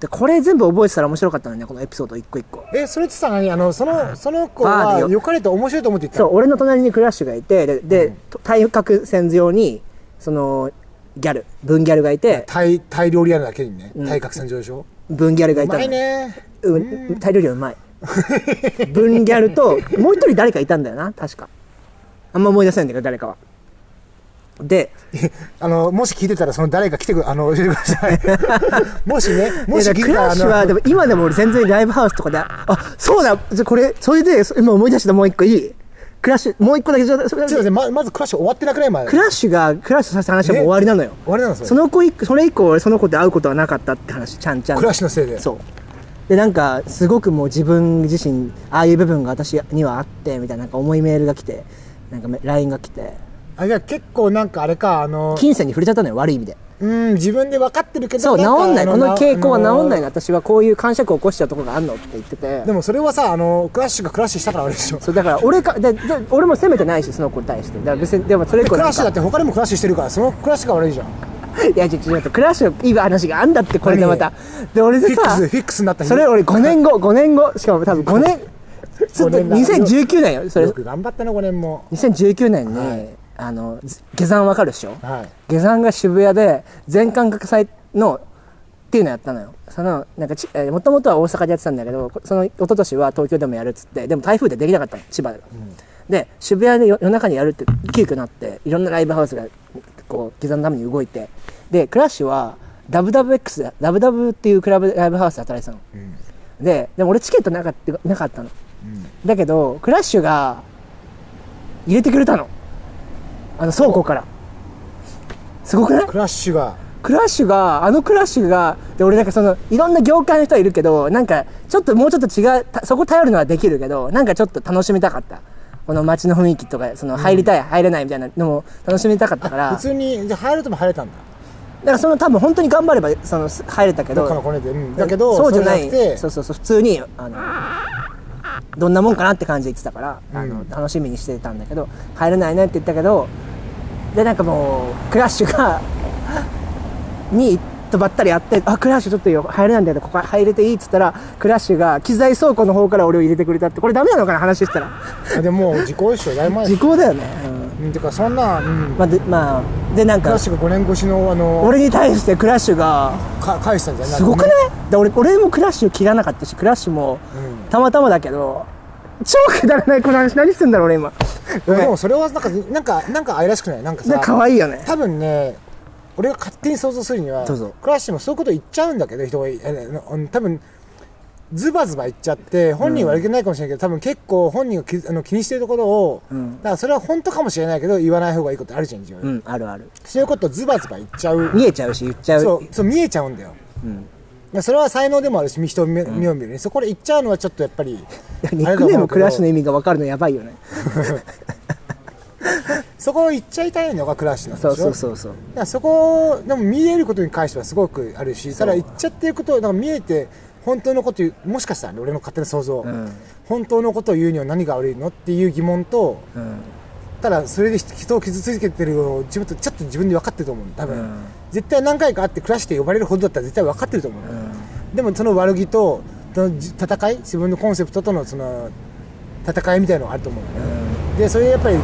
Speaker 3: でこれ全部覚えてたら面白かったのにねこのエピソード一個一個
Speaker 2: えそれってさ何あのそのその子
Speaker 3: バー
Speaker 2: は
Speaker 3: でよ
Speaker 2: 良かれと面白いと思って言った
Speaker 3: そ
Speaker 2: の
Speaker 3: う俺の隣にクラッシュがいてでで、と対角線上にそのギャル文ギャルがいて
Speaker 2: タイタイ料理屋なだけにね体格線上でしょ
Speaker 3: 文ギャルがいうた
Speaker 2: ま
Speaker 3: の
Speaker 2: いね
Speaker 3: うん、タイ料理は うまい文ギャルともう一人誰かいたんだよな確かあんま思い出せないんだけど誰かはで
Speaker 2: あのもし聞いてたらその誰か来てくあの教えて ください もしねもし
Speaker 3: い
Speaker 2: 聞
Speaker 3: やだ
Speaker 2: いて
Speaker 3: からク
Speaker 2: た
Speaker 3: ラ
Speaker 2: ら
Speaker 3: ッシュは
Speaker 2: あ
Speaker 3: で
Speaker 2: の
Speaker 3: も今でも俺全然ライブハウスとかであそうだじゃあこれそれでそ今思い出したもう一個いいクラッシュもう一個だけちょうだいそれだ
Speaker 2: ち
Speaker 3: け
Speaker 2: ょっと待ってままずクラッシュ終わってなくないまだ
Speaker 3: クラッシュがクラッシュさせた話はもう終わりなのよ
Speaker 2: 終わりなのそれ
Speaker 3: その子以それ以降俺その子と会うことはなかったって話ちゃんちゃん
Speaker 2: クラッシュのせいで
Speaker 3: そうでなんかすごくもう自分自身ああいう部分が私にはあってみたいななんか重いメールが来てなんかめ LINE が来て
Speaker 2: あじゃあ結構なんかあれかあの
Speaker 3: 金銭に触れちゃったのよ悪い意味で
Speaker 2: うん自分で分かってるけど
Speaker 3: そう
Speaker 2: か
Speaker 3: 治んない
Speaker 2: あ
Speaker 3: この傾向は治んない
Speaker 2: あ
Speaker 3: の私はこういう感触を起こしちゃうとこがあんのって言ってて
Speaker 2: のでもそれはさあのクラッシュがクラッシュしたからあれでしょ
Speaker 3: そうだから俺かでで俺も責めてないしその子に対してだから別にでもそれ以降
Speaker 2: ク
Speaker 3: な
Speaker 2: ラ
Speaker 3: ん
Speaker 2: ッシュだ
Speaker 3: か
Speaker 2: って他にもクラッシュしてるからそのクラッシュが悪いじゃん
Speaker 3: いや違う違うクラッシュのいい話があんだってこれでまたで俺
Speaker 2: フ
Speaker 3: で
Speaker 2: ィック
Speaker 3: さ
Speaker 2: スフィックスになった日
Speaker 3: それ俺5年後5年後しかも多分5年ちょっと
Speaker 2: 5年だ
Speaker 3: 2019年よそれ
Speaker 2: よく頑張ったな5年も
Speaker 3: 2019年に、あのず下山わかるでしょ、
Speaker 2: はい
Speaker 3: 下山が渋谷で全感覚祭のっていうのやったのよそのなんかち、えー、もともとは大阪でやってたんだけどこその一昨年は東京でもやるっつってでも台風でできなかったの千葉で、で渋谷でよ夜中にやるって急遽なっていろんなライブハウスがこう下山のために動いてでクラッシュは WWX で WW っていうクラブライブハウスで働いてたの、ででも俺チケットなかったなかったの、だけどクラッシュが入れてくれたのあの倉庫からすごくない
Speaker 2: クラッシュが
Speaker 3: クラッシュがあのクラッシュがで俺なんかそのいろんな業界の人はいるけどなんかちょっともうちょっと違うたそこ頼るのはできるけどなんかちょっと楽しみたかったこの街の雰囲気とかその入りたい、入れないみたいなのも楽しみたかったから
Speaker 2: 普通にじゃあ入るとも入れたんだ
Speaker 3: だからその多分本当に頑張ればそのす入れたけ
Speaker 2: どっかの
Speaker 3: ど
Speaker 2: コネでうんだけど
Speaker 3: そうじゃない
Speaker 2: それ
Speaker 3: そ
Speaker 2: くて
Speaker 3: うそうそう普通にあのどんなもんかなって感じで言ってたから、あ
Speaker 2: う
Speaker 3: の
Speaker 2: ん
Speaker 3: 楽しみにしてたんだけど入れないねって言ったけどでなんかもうクラッシュが にとばったりやって「あクラッシュちょっとよ入れないんだけどここ入れていい」っつったらクラッシュが機材倉庫の方から俺を入れてくれたってこれダメなのかな 話したら
Speaker 2: あでも時効でしょだいぶ前
Speaker 3: 時効だよね、
Speaker 2: うんてかそんなうん
Speaker 3: うんまあでまあでなん
Speaker 2: クラ
Speaker 3: か
Speaker 2: ッシュが5年越しのあの
Speaker 3: 俺に対してクラッシュが
Speaker 2: か返したんじゃない
Speaker 3: すごくないだ俺俺もクラッシュ切らなかったしクラッシュも
Speaker 2: う
Speaker 3: たまたまだけど、超くだらないこの話何してんだろう俺今
Speaker 2: で
Speaker 3: ごめん
Speaker 2: もそれはなんかなんかなんか愛らしくないなんか
Speaker 3: な
Speaker 2: さ
Speaker 3: んか可愛いよね
Speaker 2: 多分ね俺が勝手に想像するには
Speaker 3: どうぞ
Speaker 2: クラッシュもそういうこと言っちゃうんだけど人がいえうん多分ズバズバ言っちゃって本人は悪気ないかもしれないけど、多分結構本人がきあの気にしてるところを、
Speaker 3: ん
Speaker 2: だからそれは本当かもしれないけど言わない方がいいことあるじゃん一応、
Speaker 3: うんあるある
Speaker 2: そういうことズバズバ言っちゃう
Speaker 3: 見えちゃうし言っちゃう
Speaker 2: そうそう見えちゃうんだよ、それは才能でもあるし人を目目を見るねそこで言っちゃうのはちょっとやっぱり
Speaker 3: いや
Speaker 2: あれ
Speaker 3: ニ
Speaker 2: だ
Speaker 3: ッ
Speaker 2: と
Speaker 3: ク
Speaker 2: 思うけど
Speaker 3: ネームクラッシュの意味が分かるのやばいよね
Speaker 2: そこを言っちゃいたいのがクラッシュなんでし
Speaker 3: そ
Speaker 2: ょ
Speaker 3: うそうそうそう
Speaker 2: だからそこをでも見えることに関してはすごくあるしただ言っちゃってることをなんか見えて本当のこと言うもしかしたらね俺の勝手な想像、
Speaker 3: ん
Speaker 2: 本当のことを言うには何が悪いのっていう疑問と
Speaker 3: うん
Speaker 2: ただそれで人を傷つけてるのを自分とちょっと自分で分かってると思う多分、
Speaker 3: うん
Speaker 2: 絶対何回かあってクラッシュで呼ばれるほどだったら絶対分かってると思う、でもその悪気とそのじ戦い自分のコンセプトとのその戦いみたいなのがあると思う、ねでそれやっぱり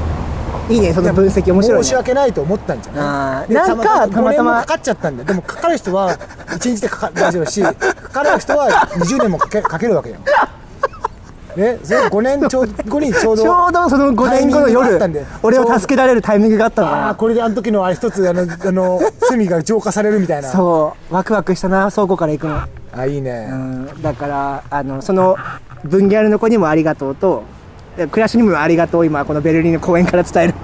Speaker 3: いいねその分析面白い、ね、
Speaker 2: 申し訳ないと思ったんじゃ
Speaker 3: あ
Speaker 2: な
Speaker 3: ー
Speaker 2: いで
Speaker 3: なんかたまたま
Speaker 2: 5年もかかっちゃったんだよでもかかる人 は1日でかか大丈夫だしかからない人は20年もかけかけるわけよねそれ5年ちょう後にちょうど
Speaker 3: ちょうどその5年後の
Speaker 2: タイミングがあっ
Speaker 3: 夜
Speaker 2: たんで
Speaker 3: 俺を助けられるタイミングがあったの
Speaker 2: ああ
Speaker 3: か
Speaker 2: これであの時のあれ一つあのあの罪が浄化されるみたいな
Speaker 3: なそうワクワクしたな倉庫から行くの
Speaker 2: あいいね、
Speaker 3: うんだからあのその文ギャルの子にもありがとうといや暮らしにもありがとう今このベルリンの公園から伝える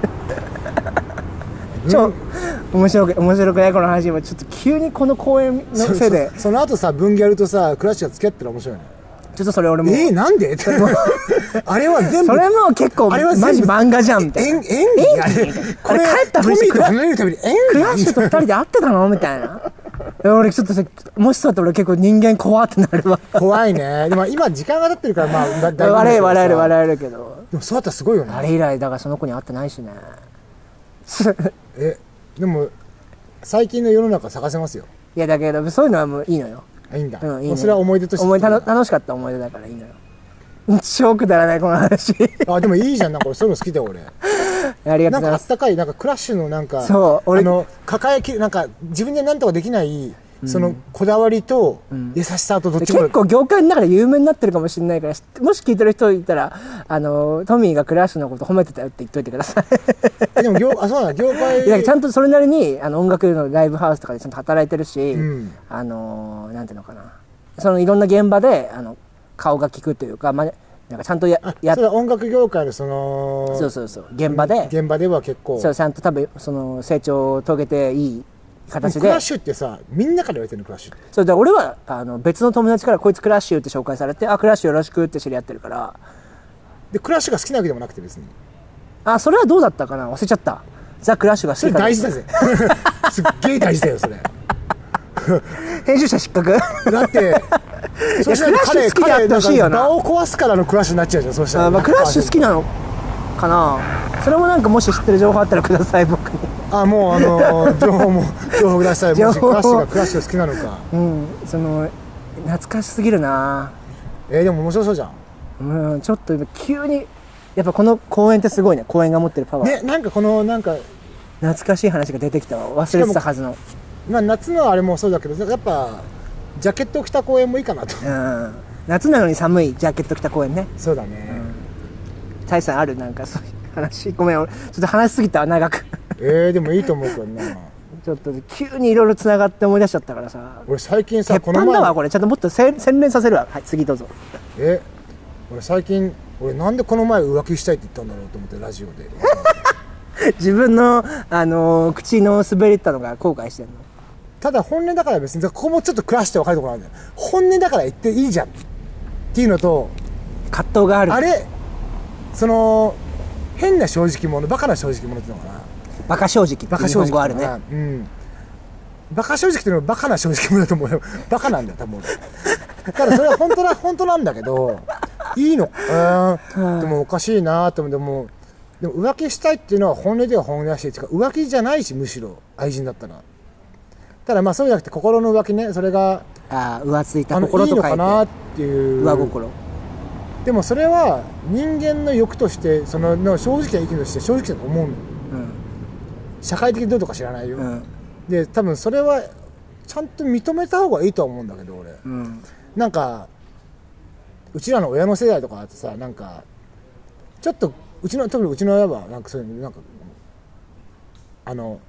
Speaker 3: 超面白く面白くないこの話今ちょっと急にこの公園の
Speaker 2: そ
Speaker 3: せいで
Speaker 2: そその後さ文ギャルとさクラッシュが付き合ったら面白いね
Speaker 3: ちょっとそれ俺も
Speaker 2: えー、なんでって あれは全部
Speaker 3: それも結構
Speaker 2: あれは全部
Speaker 3: マジ漫画じゃんみたいな
Speaker 2: 演演技あれこれ
Speaker 3: あれ帰った
Speaker 2: ト
Speaker 3: ふり
Speaker 2: ミ
Speaker 3: して
Speaker 2: ーから離れるために演
Speaker 3: ク
Speaker 2: 技
Speaker 3: ラッシュと二人で会ってたのみたいなえ俺ちょっとさもしそうだったら俺結構人間怖ってな るわ
Speaker 2: 怖いねでも今時間が経ってるからまあだだいぶ
Speaker 3: 笑え笑える
Speaker 2: え
Speaker 3: 笑えるけど
Speaker 2: でもそうだったらすごいよ
Speaker 3: あ
Speaker 2: ね
Speaker 3: れ以来だからその子に会ってないしね
Speaker 2: えでも最近の世の中探せますよ
Speaker 3: いやだけどそういうのはもういいのよ
Speaker 2: あいいんだ、
Speaker 3: うん、いい
Speaker 2: も
Speaker 3: ね
Speaker 2: うそれは思い出として
Speaker 3: 思い出楽楽しかった思い出だからいいのよ超くだらないこの話
Speaker 2: あでもいいじゃんなんか俺そういうの好きだよ俺
Speaker 3: ありがと
Speaker 2: な
Speaker 3: うんござい
Speaker 2: かあ
Speaker 3: ま
Speaker 2: っ
Speaker 3: す
Speaker 2: たかいなんかクラッシュのなんか
Speaker 3: そう俺
Speaker 2: あの抱えきれなんか自分で何とかできない、そのこだわりと優しさとどっちも、
Speaker 3: 結構業界の中で有名になってるかもしれないからもし聞いてる人いたらあのトミーがクラッシュのこと褒めてたよって言っといてください
Speaker 2: えでも業あそうなんだ業界
Speaker 3: いやちゃんとそれなりにあの音楽のライブハウスとかでちゃんと働いてるし、
Speaker 2: うん
Speaker 3: あのなんていうのかなそのいろんな現場であの顔が利くというか,、ま、なんかちゃんとや
Speaker 2: あ
Speaker 3: や
Speaker 2: それは音楽業界のその
Speaker 3: そうそうそう現場で、
Speaker 2: 現場では結構
Speaker 3: そうちゃんと多分その成長を遂げていい
Speaker 2: でも
Speaker 3: 形で
Speaker 2: クラッシュってさみんなから言われてるのクラッシュって
Speaker 3: そうだから俺はあの別の友達からこいつクラッシュって紹介されてあクラッシュよろしくって知り合ってるから
Speaker 2: でクラッシュが好きなわけでもなくて別に
Speaker 3: あそれはどうだったかな忘れちゃったザ・クラッシュが好
Speaker 2: そ
Speaker 3: き
Speaker 2: れ
Speaker 3: か
Speaker 2: 大事だぜすっげえ大事だよそれだ
Speaker 3: 編集者 失格
Speaker 2: ってそしたら
Speaker 3: いやクラッ
Speaker 2: 彼
Speaker 3: シュ好きであってほしいよ
Speaker 2: 彼
Speaker 3: な
Speaker 2: 場を壊すからのクラッシュになっちゃうじゃんそうしたら
Speaker 3: あ、まあ、クラッシュ好きなのかなそれもなんかもし知ってる情報あったらください僕に
Speaker 2: あもうあのー情報 も情報くださいもし
Speaker 3: 情
Speaker 2: ク
Speaker 3: 報
Speaker 2: ラッシュがクラッシュ好きなのか
Speaker 3: うんその懐かしすぎるな
Speaker 2: えー、でも面白そうじゃん
Speaker 3: うんちょっと今急にやっぱこの公園ってすごいね公園が持ってるパワー、
Speaker 2: ねなんかこのなんか
Speaker 3: 懐かしい話が出てきたわ忘れてたはずの
Speaker 2: まあ夏のあれもそうだけどやっぱジャケットを着た公園もいいかなと
Speaker 3: うん夏なのに寒いジャケット着た公園ね
Speaker 2: そうだね、
Speaker 3: 大さんあるなんかそういう話ごめん俺ちょっと話しすぎたわ長く
Speaker 2: えー、でもいいと思うけどな
Speaker 3: ちょっと急にいろいろつながって思い出しちゃったからさ
Speaker 2: 俺最近さ
Speaker 3: 鉄
Speaker 2: こ
Speaker 3: 板
Speaker 2: の
Speaker 3: だわ
Speaker 2: 前
Speaker 3: これちょっともっとせん洗練させるわはい次どうぞ
Speaker 2: え俺最近俺なんでこの前浮気したいって言ったんだろうと思ってラジオで
Speaker 3: 自分の、あのー口の滑りったのが後悔してんの
Speaker 2: ただ本音だから別にここもちょっとクラッシュと分かるところなんだよ本音だから言っていいじゃんっていうのと
Speaker 3: 葛藤がある
Speaker 2: あれその変な正直者バカな正直者っていうのかな
Speaker 3: バカ正直って
Speaker 2: バ
Speaker 3: いう
Speaker 2: カ
Speaker 3: 日
Speaker 2: 正
Speaker 3: 本
Speaker 2: 直
Speaker 3: 語ある
Speaker 2: っていう
Speaker 3: ね
Speaker 2: のかなうんバカ正直っていうのはバカな正直者だと思うよ バカなんだよ多分俺ただそれは本当な 本当なんだけどいいのうーんでもおかしいなと思ってもうでも浮気したいっていうのは本音では本音だしつうか浮気じゃないしむしろ愛人だったらただまあそうじゃなくて心の浮気ねそれが
Speaker 3: ああ浮つい
Speaker 2: あ
Speaker 3: た
Speaker 2: の
Speaker 3: 心
Speaker 2: いい
Speaker 3: と
Speaker 2: の
Speaker 3: 書
Speaker 2: か
Speaker 3: いて
Speaker 2: なっていう
Speaker 3: 上心
Speaker 2: でもそれは人間の欲としてそのの正直な意見として正直だと思うの
Speaker 3: うん
Speaker 2: 社会的にどうとか知らないよ、
Speaker 3: うん
Speaker 2: で多分それはちゃんと認めた方がいいとは思うんだけど俺
Speaker 3: うん
Speaker 2: なんかうちらの親の世代とかってさなんかちょっとうちの特にうちの親はなんかそういうなんかあの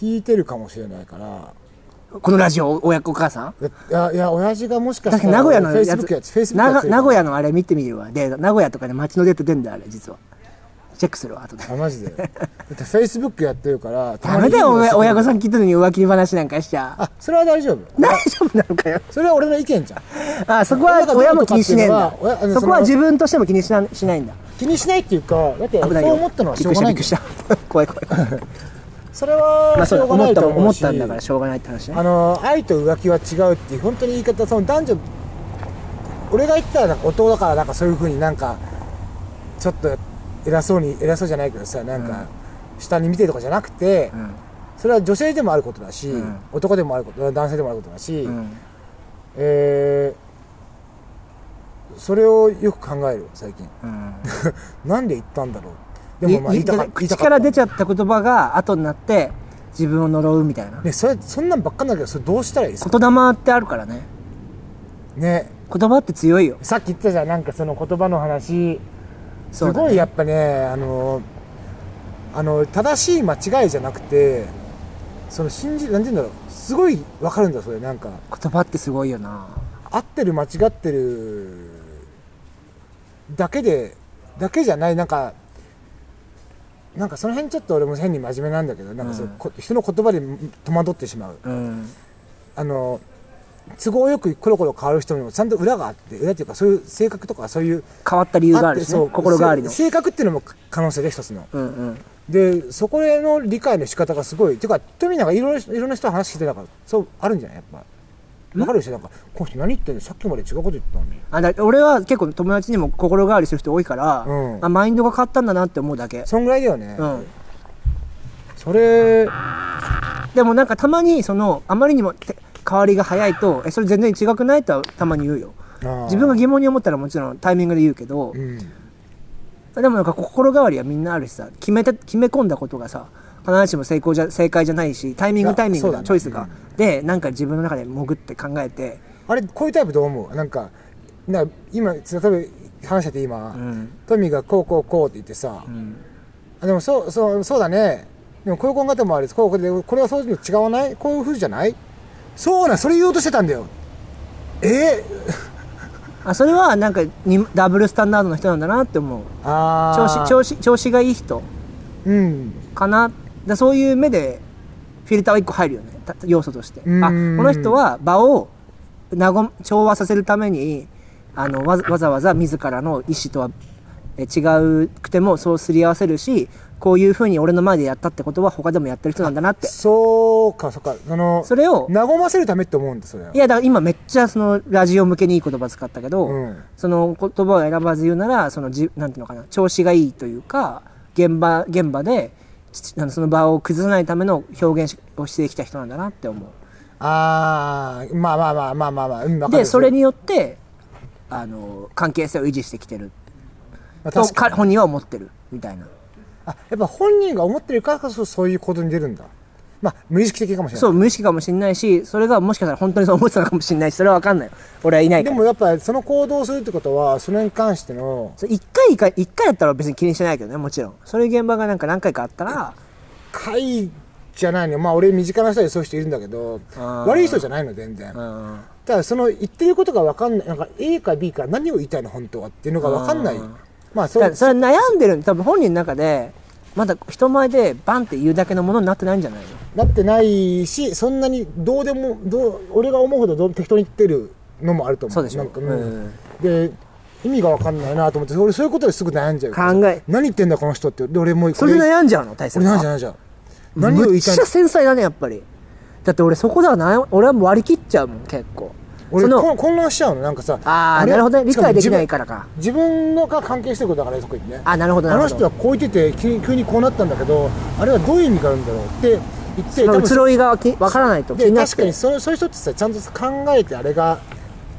Speaker 2: 聞いてるかもしれないから
Speaker 3: このラジオ親子お母さん
Speaker 2: いやいや親父がもしかし
Speaker 3: 確か
Speaker 2: た
Speaker 3: に
Speaker 2: ら
Speaker 3: 名古屋の
Speaker 2: フェイ
Speaker 3: や
Speaker 2: スブックやつフェイス
Speaker 3: つ
Speaker 2: ブック
Speaker 3: な
Speaker 2: やってるから
Speaker 3: が名古屋のあれ見てみるわで名古屋とかで街のデート出んだよあれ実はチェックするわ後で
Speaker 2: あマジでだってフェイスブックやってるからた
Speaker 3: ダ
Speaker 2: ま
Speaker 3: メ
Speaker 2: に
Speaker 3: だよ親親御さ
Speaker 2: ん
Speaker 3: ん聞いたのに浮気話なんかしちゃ
Speaker 2: あそれは大丈夫
Speaker 3: 大丈夫なのかよ
Speaker 2: それは俺の意見じゃん
Speaker 3: あそこは
Speaker 2: 親がどう
Speaker 3: 親
Speaker 2: と
Speaker 3: も気
Speaker 2: かっ
Speaker 3: に
Speaker 2: て
Speaker 3: し
Speaker 2: い
Speaker 3: ねえ
Speaker 2: うんのは
Speaker 3: だ
Speaker 2: 親あの
Speaker 3: そこ
Speaker 2: そ
Speaker 3: は
Speaker 2: の
Speaker 3: 自分としても気にしなしないんだ
Speaker 2: 気にしないっていうかだってそ
Speaker 3: 危ないうよ
Speaker 2: 思ったのはしょうがない
Speaker 3: びっく
Speaker 2: け
Speaker 3: り
Speaker 2: ど
Speaker 3: したびっくりした 怖い怖い
Speaker 2: それは
Speaker 3: まあ
Speaker 2: し
Speaker 3: そう
Speaker 2: ょ
Speaker 3: だ
Speaker 2: うがな
Speaker 3: 思っ
Speaker 2: い
Speaker 3: た
Speaker 2: と
Speaker 3: もん思
Speaker 2: 思う
Speaker 3: っ
Speaker 2: した
Speaker 3: んだからしょうがないって話ね
Speaker 2: あの愛と浮気は違うっていう本当に言い方その男女俺が言ったらなんか男だからなんかそういうふうになんかちょっと偉そうに偉そうじゃないけどさなんか下に見てとかじゃなくて、
Speaker 3: ん
Speaker 2: それは女性でもあることだし、
Speaker 3: うん
Speaker 2: 男でもあること男性でもあることだし、
Speaker 3: うん
Speaker 2: えーそれをよく考える最近なんで言ったんだろうでもまあ言
Speaker 3: い
Speaker 2: いたか
Speaker 3: い
Speaker 2: 言いたか
Speaker 3: 口
Speaker 2: っ
Speaker 3: か
Speaker 2: た
Speaker 3: ら出ちゃった言葉が後になって自分を呪うみたいな
Speaker 2: ね、それそんなんばっかなんだけどそれどうしたらいいですか
Speaker 3: 言霊ってあるからね
Speaker 2: ね
Speaker 3: 言葉って強いよ
Speaker 2: さっき言ったじゃんなんかその言葉の話す
Speaker 3: そうだね
Speaker 2: ごいやっぱねあのあの正しい間違いじゃなくてその信じなんて言うんだろうすごいわかるんだよそれなんか
Speaker 3: 言葉ってすごいよな
Speaker 2: 合ってる間違ってるだけでだけじゃないなんかなんかその辺ちょっと俺も変に真面目なんだけどなんかそう、こ人の言葉で戸惑ってしまう
Speaker 3: うん
Speaker 2: あの都合よくコロコロ変わる人にもちゃんと裏があって裏っていうかそういう性格とかそういう
Speaker 3: 変わった理由があ
Speaker 2: っ
Speaker 3: る
Speaker 2: て
Speaker 3: し、
Speaker 2: そ
Speaker 3: ね
Speaker 2: う、
Speaker 3: 心変わりの
Speaker 2: せ性格っていうのも可能性で一つの
Speaker 3: うんうん
Speaker 2: でそこへの理解の仕方がすごいていうか富永いろいろいろんな人の話聞いてたからそうあるんじゃないやっぱ分かるでしょなんかこの人何言ってんのさっきまで違うこと言ってたのに
Speaker 3: あだ俺は結構友達にも心変わりする人多いから、
Speaker 2: うん
Speaker 3: あマインドが変わったんだなって思うだけ、
Speaker 2: そんぐらいだよね、
Speaker 3: うん、
Speaker 2: それ
Speaker 3: でもなんかたまにそのあまりにもて変わりが早いとえそれ全然違くないとはたまに言うよ自分が
Speaker 2: が
Speaker 3: 疑問に思ったらもちろんタイミングで言うけど、
Speaker 2: うん
Speaker 3: でもなんか心変わりはみんなあるしさ決めた決め込んだことがさ必ずしも成功じゃ正解じゃないしタイミン
Speaker 2: い
Speaker 3: グ
Speaker 2: や
Speaker 3: タイミン
Speaker 2: そ
Speaker 3: グ
Speaker 2: う
Speaker 3: だ、
Speaker 2: だね
Speaker 3: チョイスが、でなんか自分の中で潜って考えて
Speaker 2: あれこういうタイプどう思うなんかなんか今例えば話してて今、
Speaker 3: ん
Speaker 2: トミーがこうこうこうって言ってさ、あでもそうそうそうだねでもこういう考え方もあるこうこれでこれはそういうの違わないこういうふうじゃないそうなんそれ言おうとしてたんだよえー、
Speaker 3: あそれはなんかにダブルスタンダードの人なんだなって思う
Speaker 2: あ
Speaker 3: 調
Speaker 2: あ
Speaker 3: 子調子調子がいい人
Speaker 2: うん
Speaker 3: かなだそういう目でフィルターは1個入るよねた要素として
Speaker 2: うん
Speaker 3: あこの人は場を和む調和させるためにあのわざわざわざ自らの意思とはえ違うくてもそうすり合わせるしこういうふうに俺の前でやったってことは他でもやってる人なんだなって
Speaker 2: そうかそうかその
Speaker 3: それを
Speaker 2: 和ませるためって思うんだそれはい
Speaker 3: やだから今めっちゃそのラジオ向けにいい言葉使ったけど、
Speaker 2: うん
Speaker 3: その言葉を選ばず言うならそのじなんていうのかな調子がいいというか現場現場でちあのその場を崩さないための表現しをしてきた人なんだなって思う
Speaker 2: ああまあまあまあまあまあまあうんわかる
Speaker 3: でそれ
Speaker 2: に
Speaker 3: によってあの関係性を維持してきてると
Speaker 2: 確か
Speaker 3: か
Speaker 2: に
Speaker 3: 本人は思ってるみたいな
Speaker 2: あやっぱ本人が思ってるからこそそういう行動に出るんだまあ無意識的かもしれ
Speaker 3: そ
Speaker 2: な
Speaker 3: う無意識かもしれないしそれがもしかしたら本当にそう思ってたのかもしれないしそれは分かんないよ俺はいない
Speaker 2: い
Speaker 3: か
Speaker 2: で
Speaker 3: ら
Speaker 2: もやっぱその行動をするってことはそれに関しての
Speaker 3: そう一回か一回だったら別に気にしてないけどねもちろんそれ現場がなんか何回かあったら
Speaker 2: 会じゃないのまあ俺身近な人でそういう人いるんだけど
Speaker 3: あー
Speaker 2: 悪い人じゃないの全然
Speaker 3: うん
Speaker 2: ただその言ってることが分かんないなんか A か B か何を言いたいの本当はっていうのが分かんない
Speaker 3: うん
Speaker 2: まあ
Speaker 3: だ
Speaker 2: そ
Speaker 3: か
Speaker 2: う
Speaker 3: らそれは悩んでる多分本人の中でまだ人前でバンって言うだけのものになってないんじゃないの
Speaker 2: なってないしそんなにどうでもどう俺が思うほどどう適当に言ってるのもあると思う
Speaker 3: そうでし
Speaker 2: な
Speaker 3: ょ
Speaker 2: んか、
Speaker 3: う
Speaker 2: うんん、で意味が分かんないなと思って俺そういうことですぐ悩んじゃう
Speaker 3: 考え
Speaker 2: 何言ってんだこの人ってで俺もう
Speaker 3: それで悩んじゃうの大切
Speaker 2: 俺悩んじゃう悩
Speaker 3: う
Speaker 2: んじゃう何を言いたい
Speaker 3: め
Speaker 2: の
Speaker 3: っちゃ繊細だねやっぱりだって俺そこでは悩俺はもう割り切っちゃうもん結構
Speaker 2: 俺
Speaker 3: その
Speaker 2: こ混乱しちゃうのなんかさ
Speaker 3: ああ
Speaker 2: れ
Speaker 3: なるほどね理
Speaker 2: しも
Speaker 3: 解できない
Speaker 2: 自分
Speaker 3: からか
Speaker 2: 自分のが関係してることだから特にね
Speaker 3: あなるほどな
Speaker 2: あ
Speaker 3: る
Speaker 2: の
Speaker 3: ほど
Speaker 2: 人はこう言ってて急に急にこうなったんだけどあれはどういう意味があるんだろうって言って
Speaker 3: その
Speaker 2: 多
Speaker 3: 移
Speaker 2: 分
Speaker 3: ろいが分からないと気
Speaker 2: で
Speaker 3: になっ
Speaker 2: 確か
Speaker 3: て
Speaker 2: にそうそういう人ってさちゃんと考えてあれが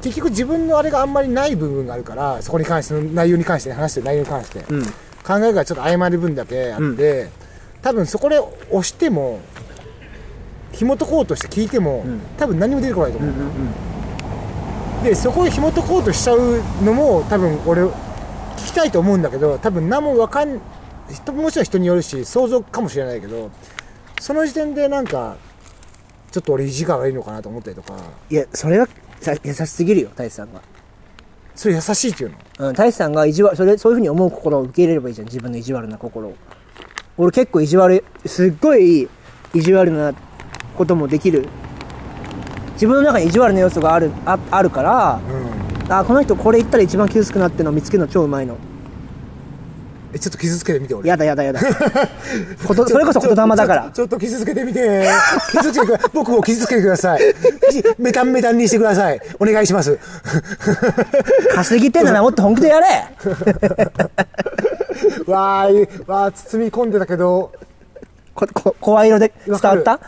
Speaker 2: 結局自分のあれがあんまりない部分があるからそこに関しての内容に関して話してる内容に関して、
Speaker 3: ん
Speaker 2: 考えがちょっと曖昧な部分だけあって、多分そこで押しても紐解こうとして聞いても、多分何も出てこないと思う、でそこで紐解こうとしちゃうのも多分俺聞きたいと思うんだけど多分何もわかん人もちろん人によるし想像かもしれないけどその時点でなんかちょっと俺意地が悪いのかなと思ったりとか
Speaker 3: いやそれはさ優しすぎるよ大志さんが、
Speaker 2: それ優しいっていうの
Speaker 3: うん、大志さんが意地悪それそういうふうに思う心を受け入れればいいじゃん自分の意地悪な心を俺結構意地悪いすっごい意地悪なこともできる自分の中に意地悪な要素があるああるから
Speaker 2: うん
Speaker 3: あこの人これ言ったら一番傷つくなってのを見つけるの超うまいの
Speaker 2: えちょっと傷つけてみて俺
Speaker 3: やだやだやだ ことそれこそ言霊だか
Speaker 2: ちょ
Speaker 3: ら
Speaker 2: っとちょっと傷つけてみて傷つけてくだ僕を傷つけてくださいきメタンメタンにしてくださいお願いし ます
Speaker 3: 稼ぎてんならもっと本気でやれ
Speaker 2: わーいわー包み込んでたけど
Speaker 3: ここ声色で
Speaker 2: わ
Speaker 3: 伝わ
Speaker 2: かる
Speaker 3: った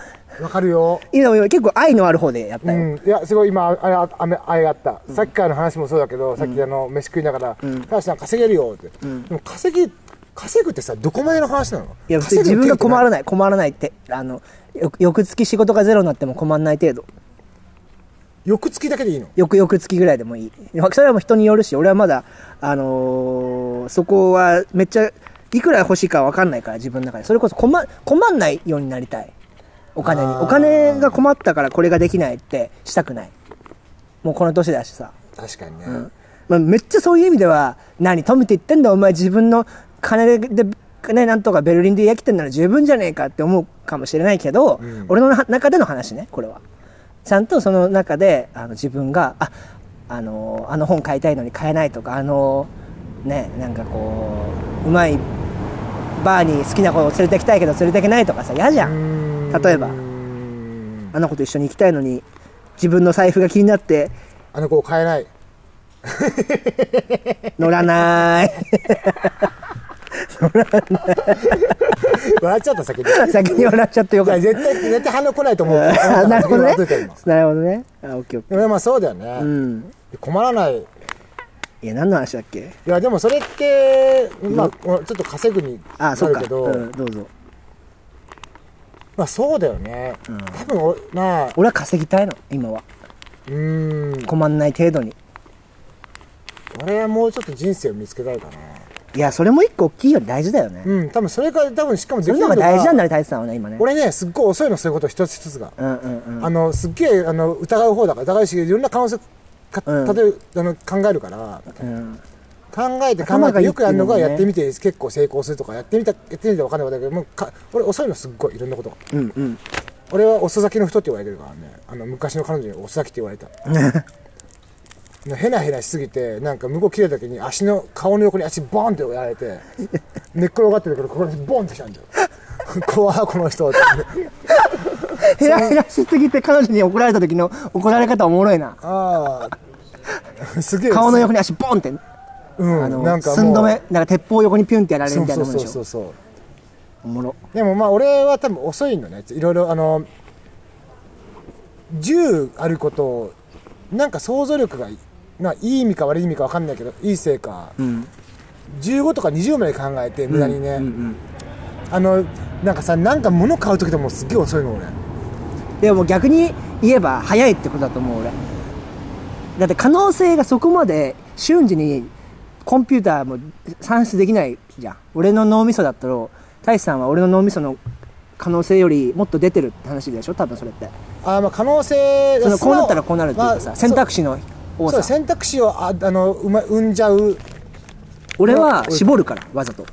Speaker 2: わかるよ
Speaker 3: 今今結構愛のある方でやったよ、
Speaker 2: うん、いやすごい今あれああめあれがあった、さっきからの話もそうだけど、さっきあの飯食いながら「高橋さん稼げるよ」って、でも稼ぎ稼ぐってさどこまでの話なの
Speaker 3: いや普通に自分が困ら
Speaker 2: い
Speaker 3: ない困らないってあのよ翌月仕事がゼロになっても困んない程度
Speaker 2: 欲つきだけでいいの
Speaker 3: 翌々月ぐらいでもいいそれはもう人によるし俺はまだあのーそこはめっちゃいくら欲しいか分かんないから自分の中でそれこそ困困んないようになりたいお金に
Speaker 2: あー
Speaker 3: お金が困ったからこれができないってしたくないもうこの年だしさ
Speaker 2: 確かにね、
Speaker 3: だまあ、めっちゃそういう意味では何止めて言ってんだお前自分の金で、ね、なんとかベルリンで焼きてんなら十分じゃねえかって思うかもしれないけど、
Speaker 2: ん
Speaker 3: 俺の中での話ねこれはちゃんとその中であの自分がああのあの本買いたいのに買えないとかあのねなんかこううまいバーに好きな子を連れてきたいけど連れてけないとかさ嫌じゃん例えばあの子と一緒に行きたいのに自分の財布が気になって
Speaker 2: あの子を変えない
Speaker 3: 乗らない
Speaker 2: 笑っちゃった先で
Speaker 3: 先に笑っちゃってよ
Speaker 2: い
Speaker 3: か
Speaker 2: や
Speaker 3: った
Speaker 2: 絶対絶対反応来ないと思う
Speaker 3: あなるほど
Speaker 2: 先に笑
Speaker 3: ね
Speaker 2: っといた今。
Speaker 3: なるほどね。あ、オッケーオッケ
Speaker 2: でもまあそうだよね、
Speaker 3: ー。うん。
Speaker 2: 困らない
Speaker 3: いや、何の話だっけ
Speaker 2: いやでもそれってまあちょっと稼ぐにな
Speaker 3: あ、そう
Speaker 2: る
Speaker 3: か。
Speaker 2: けど
Speaker 3: うん、どうぞ。
Speaker 2: まあそうだよね、多分おまあ
Speaker 3: 俺は稼ぎたいの、今は。
Speaker 2: うーん
Speaker 3: 困んない程度に。
Speaker 2: 俺はもうちょっと人生を見つけたいかない
Speaker 3: や、それも一個大きいより大事だよね。
Speaker 2: うん多分それから多分しかもで
Speaker 3: そ
Speaker 2: き
Speaker 3: れ
Speaker 2: るの
Speaker 3: の方
Speaker 2: が
Speaker 3: が大事なんだね、大地さんはね、今ね。
Speaker 2: 俺ねすっごい遅いのそういうこと一つ一つが、
Speaker 3: うんうんうん。
Speaker 2: あのすっげえあの疑う方だから疑うしいろんな可能性か、
Speaker 3: うん
Speaker 2: 例えばあの考えるから
Speaker 3: うん。
Speaker 2: 考えて考
Speaker 3: 頭
Speaker 2: え
Speaker 3: が
Speaker 2: て
Speaker 3: いい
Speaker 2: よ
Speaker 3: っ
Speaker 2: く
Speaker 3: てい
Speaker 2: や
Speaker 3: う
Speaker 2: るの
Speaker 3: のも
Speaker 2: が
Speaker 3: ね
Speaker 2: やってみて結構成功するとかやってみたやってみて分かんないことだけどもうか俺遅いのすっごいいろんなことが
Speaker 3: うんうん。
Speaker 2: 俺は遅咲きの人って言われてるからねあの昔の彼女に遅咲きって言われ たヘナヘナしすぎてなんか向こう切れた時に足の顔の横に足ボーンってやられ て寝っ転がってるからここにボンってきたんだよ 怖いこの人って
Speaker 3: ヘラヘラしすぎて彼女に怒られた時の怒られ方おもろいな。
Speaker 2: ああすげえ
Speaker 3: 顔の横に足ボンって、
Speaker 2: うん
Speaker 3: あの、
Speaker 2: なんかもう
Speaker 3: 寸止め、なんか鉄砲を横にピュンってやられる
Speaker 2: そ
Speaker 3: み
Speaker 2: う
Speaker 3: たい
Speaker 2: そ
Speaker 3: な
Speaker 2: うそ
Speaker 3: もんで
Speaker 2: う
Speaker 3: し
Speaker 2: そ
Speaker 3: ょ。
Speaker 2: うそう
Speaker 3: おもろ。
Speaker 2: でもまあ俺は多分遅いのねいろいろあの10あることをなんか想像力がいいまあいい意味か悪い意味か分かんないけどいいせいか、
Speaker 3: ん
Speaker 2: 15とか20まで考えて無駄にね、
Speaker 3: うんうん。
Speaker 2: あのなんかさなんか物買う時でもすっげえ遅いの俺
Speaker 3: でも逆に言えば早いってことだと思う俺だって可能性がそこまで瞬時にコンピューターも算出できないじゃん俺の脳みそだったら大志さんは俺の脳みその可能性よりもっと出てるって話でしょ多分それって
Speaker 2: あーまあ可能性
Speaker 3: その
Speaker 2: 素
Speaker 3: こう
Speaker 2: 直
Speaker 3: なったらこうなるっていうかさ、
Speaker 2: まあ
Speaker 3: 選択肢の
Speaker 2: そう
Speaker 3: 多
Speaker 2: そう
Speaker 3: さ
Speaker 2: 選択肢をああのうま生んじゃう
Speaker 3: 俺は絞るからわざと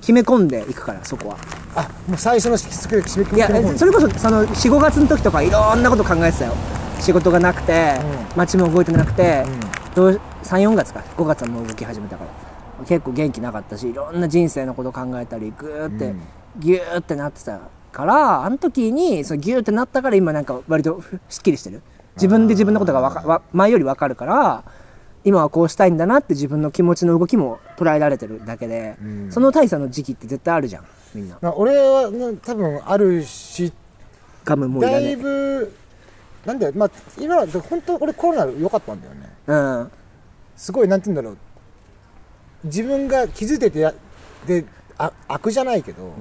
Speaker 3: 決め込んでいくからそこは
Speaker 2: あもう最初の締め切
Speaker 3: い
Speaker 2: り
Speaker 3: や
Speaker 2: の方に
Speaker 3: それこそその45月の時とかいろんなこと考えてたよ仕事がなくて、街も動いてなくて、どう34月か5月はもう動き始めたから結構元気なかったしいろんな人生のこと考えたりグーって、ギューってなってたからあの時にそのギューってなったから今なんか割とふすっきりしてる自分で自分のことがわかわ前より分かるから今はこうしたいんだなって自分の気持ちの動きも捉えられてるだけで、その大差の時期って絶対あるじゃんみんな
Speaker 2: まあ、俺はな多分あるし
Speaker 3: ガムもういら
Speaker 2: だ
Speaker 3: ね
Speaker 2: い
Speaker 3: え
Speaker 2: ぶなんだよまあ今は本当俺コロナ良かったんだよね
Speaker 3: うん
Speaker 2: すごいなんて言うんだろう自分が気づいててやであ悪じゃないけど、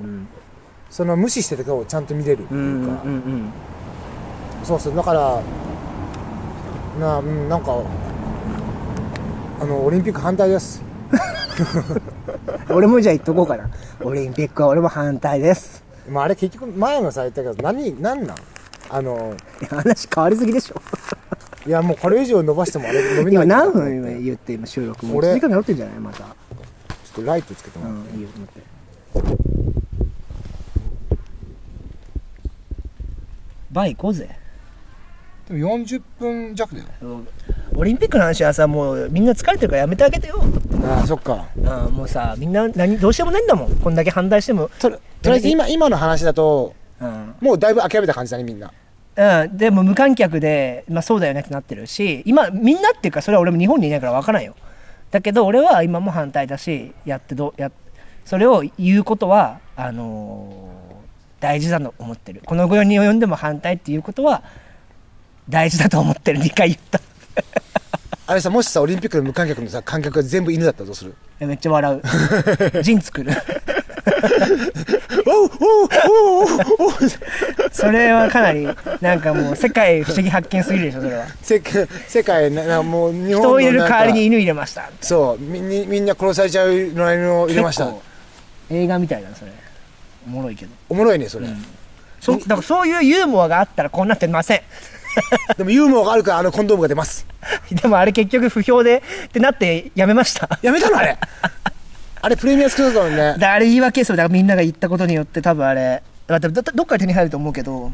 Speaker 2: その無視してた顔をちゃんと見れるって
Speaker 3: う
Speaker 2: い
Speaker 3: ん
Speaker 2: う
Speaker 3: う
Speaker 2: か、
Speaker 3: んうん
Speaker 2: そうそうだからなあうんなんかあのオリンピック反対です
Speaker 3: うん、俺もじゃあ言っとこうかなオリンピックは俺も反対です
Speaker 2: まああれ結局前もさ言ったけど何何なんあの
Speaker 3: いや話変わりすぎでしょ
Speaker 2: いやもうこれ以上伸ばしてもあれ伸びな
Speaker 3: 今
Speaker 2: いな
Speaker 3: 何
Speaker 2: と思って
Speaker 3: 分今言って今収録もう
Speaker 2: 俺
Speaker 3: 1時間なってんじゃないまた
Speaker 2: ちょっとライトつけても
Speaker 3: う
Speaker 2: らって、
Speaker 3: んいいよ待ってバイ行こうぜ
Speaker 2: でも40分弱だよ
Speaker 3: オリンピックの話はさもうみんな疲れてるからやめてあげてよ、
Speaker 2: ああそっか
Speaker 3: うん、もうさみんな何どうしようもないんだもんこんだけ反対しても
Speaker 2: ととりあえず今今の話だと
Speaker 3: うん
Speaker 2: もうだいぶ諦めた感じだねみんな
Speaker 3: うん、でも無観客で、まあ、そうだよねってなってるし今みんなっていうかそれは俺も日本にいないから分からんよだけど俺は今も反対だしやってどうやっそれを言うことはあのー大事だと思ってるこの後に及んでも反対っていうことは大事だと思ってる2回言った
Speaker 2: あれさもしさオリンピックの無観客のさ観客が全部犬だったらどうする
Speaker 3: えめっちゃ 笑う陣作る
Speaker 2: おうおうおうおうおう
Speaker 3: それはかなりなんかもう世界不思議発見すぎるでしょそれは
Speaker 2: 世界世界ななもう日本
Speaker 3: 人を入れる
Speaker 2: のな
Speaker 3: 代
Speaker 2: んか
Speaker 3: わりに犬入れました
Speaker 2: そうみみみんな殺されちゃうの犬を入れました
Speaker 3: 結構映画みたいだなそれおもろいけど
Speaker 2: おもろいねそれ、
Speaker 3: そうだからそういうユーモアがあったらこうなってません
Speaker 2: でもユーモアがあるからあのコンドームが出ます
Speaker 3: でもあれ結局不評でってなってやめました
Speaker 2: やめたのあ れあれプレミアスクだったもんね
Speaker 3: だあれ言い 訳ですよだからみんなが言ったことによって多分あれだってどどっから手に入ると思うけど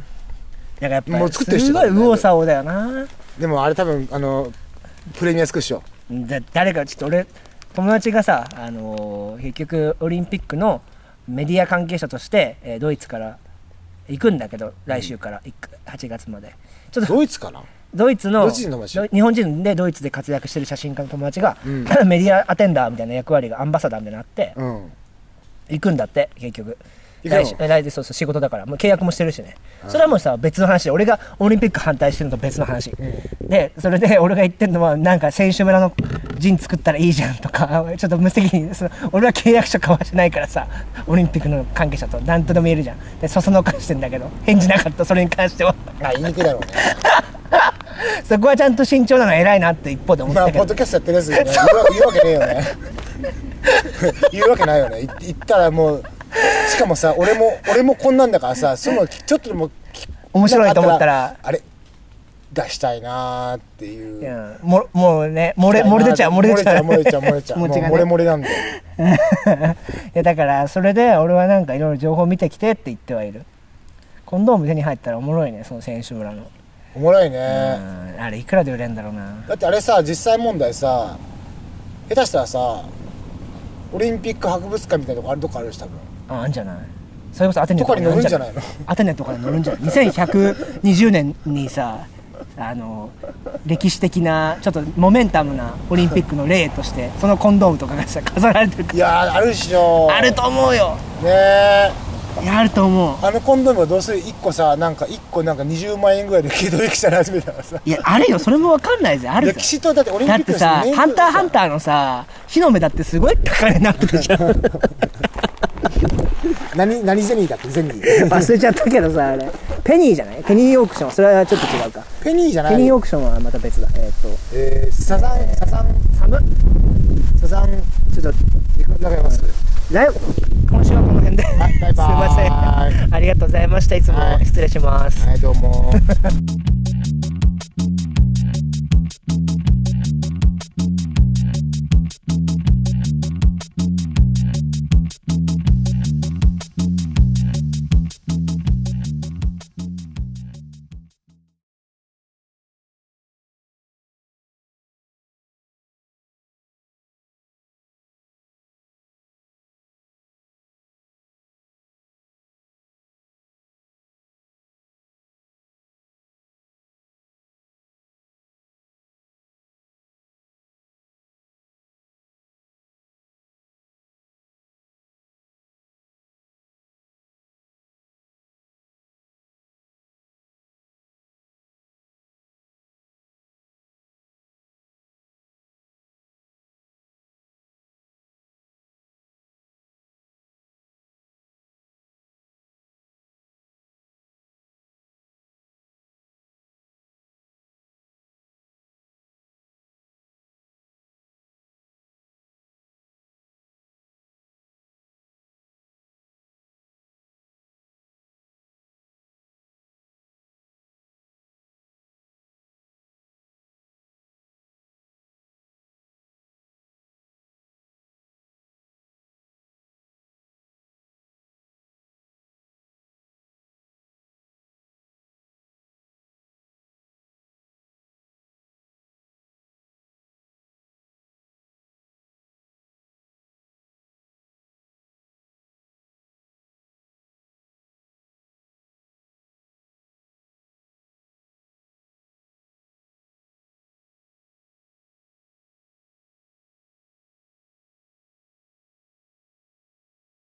Speaker 3: なんかやっぱり
Speaker 2: もう作ってる
Speaker 3: す
Speaker 2: 人だ
Speaker 3: ごい
Speaker 2: もんね
Speaker 3: 右往左往だよな
Speaker 2: でもあれ多分あのプレミアスクっしょ
Speaker 3: だ誰かちょっと俺友達がさ、あのー結局オリンピックのメディア関係者として、えードイツから行くんだけど来週から、行く8月までちょっと
Speaker 2: ドイツかな
Speaker 3: ドイツの
Speaker 2: ドイツ人の友達
Speaker 3: ど日本人でドイツで活躍してる写真家の友達が、
Speaker 2: うん
Speaker 3: メディアアテンダーみたいな役割がアンバサダーみたいになって、
Speaker 2: うん
Speaker 3: 行くんだって結局
Speaker 2: 行くの
Speaker 3: 来週来週そうそう仕事だからもう契約もしてるしね、それはもうさ別の話俺がオリンピック反対してるのと別の話、でそれで俺が言ってるのはなんか選手村の陣作ったらいいじゃんとか ちょっと無責任その俺は契約書交わしてないからさオリンピックの関係者と何とでも言えるじゃんでそそのかしてんだけど返事なかったそれに関しては
Speaker 2: まあ言いにくいだろうね
Speaker 3: そこはちゃんと慎重なの偉いなって一方で思っ
Speaker 2: まあ
Speaker 3: たけ
Speaker 2: ポッ
Speaker 3: ど、
Speaker 2: ドキャストやってるやつよね言うわけねえよね言うわけないよねい言ったらもうしかもさ俺も俺もこんなんだからさそのちょっとでもき
Speaker 3: 面白いと思ったら
Speaker 2: なんかあれ出したいなーっていう
Speaker 3: いやももうね漏れ漏れ出ちゃう漏れ出ちゃう
Speaker 2: 漏れちゃう漏れちゃう漏
Speaker 3: 気持
Speaker 2: れち
Speaker 3: ち
Speaker 2: ゃ
Speaker 3: が
Speaker 2: う
Speaker 3: ね
Speaker 2: もう漏れ漏れなんで
Speaker 3: いやだからそれで俺はなんかいろいろ情報見てきてって言ってはいるコンドーム手に入ったらおもろいねその選手村の
Speaker 2: おもろいね
Speaker 3: うんあれいくらで売れんだろうな
Speaker 2: だってあれさ実際問題さ下手したらさオリンピック博物館みたいなとこあるどこあるでしょ多分
Speaker 3: ああんじゃないそれこそアテネ
Speaker 2: とかに乗るんじゃないの
Speaker 3: アテネとかに乗るんじゃない2120年にさあの歴史的なちょっとモメンタムなオリンピックの例としてそのコンドームとかがさ飾られてるか
Speaker 2: いやーあるでしょ
Speaker 3: らあると思うよ
Speaker 2: ねえ
Speaker 3: いやあると思う
Speaker 2: あのコンドームはどうする1個さなんか1個なんか20万円ぐらいで軌道力したら始めたらさ
Speaker 3: いやあれよそれもわかんないぜあるぜ
Speaker 2: 歴史とだってオリンピ
Speaker 3: だっ
Speaker 2: ック
Speaker 3: てさ「ハンターハン
Speaker 2: タ
Speaker 3: ター」のさ火の目だってすごい高値になってたじゃん
Speaker 2: ー何何ゼニーだってゼニー
Speaker 3: 忘れちゃったけどさあれペニーじゃないペニーオークションそれはちょっと違うか
Speaker 2: ペニーじゃな
Speaker 3: ペニ
Speaker 2: い
Speaker 3: ーオークションはまた別だえーっと
Speaker 2: えー、サザンサザン
Speaker 3: サム
Speaker 2: サザン
Speaker 3: ちょっと
Speaker 2: いくらかります
Speaker 3: ライブ今週はこの辺で、
Speaker 2: はいバイバーイ
Speaker 3: すいませんありがとうございましたいつも
Speaker 2: はい
Speaker 3: 失礼します、
Speaker 2: はいどうも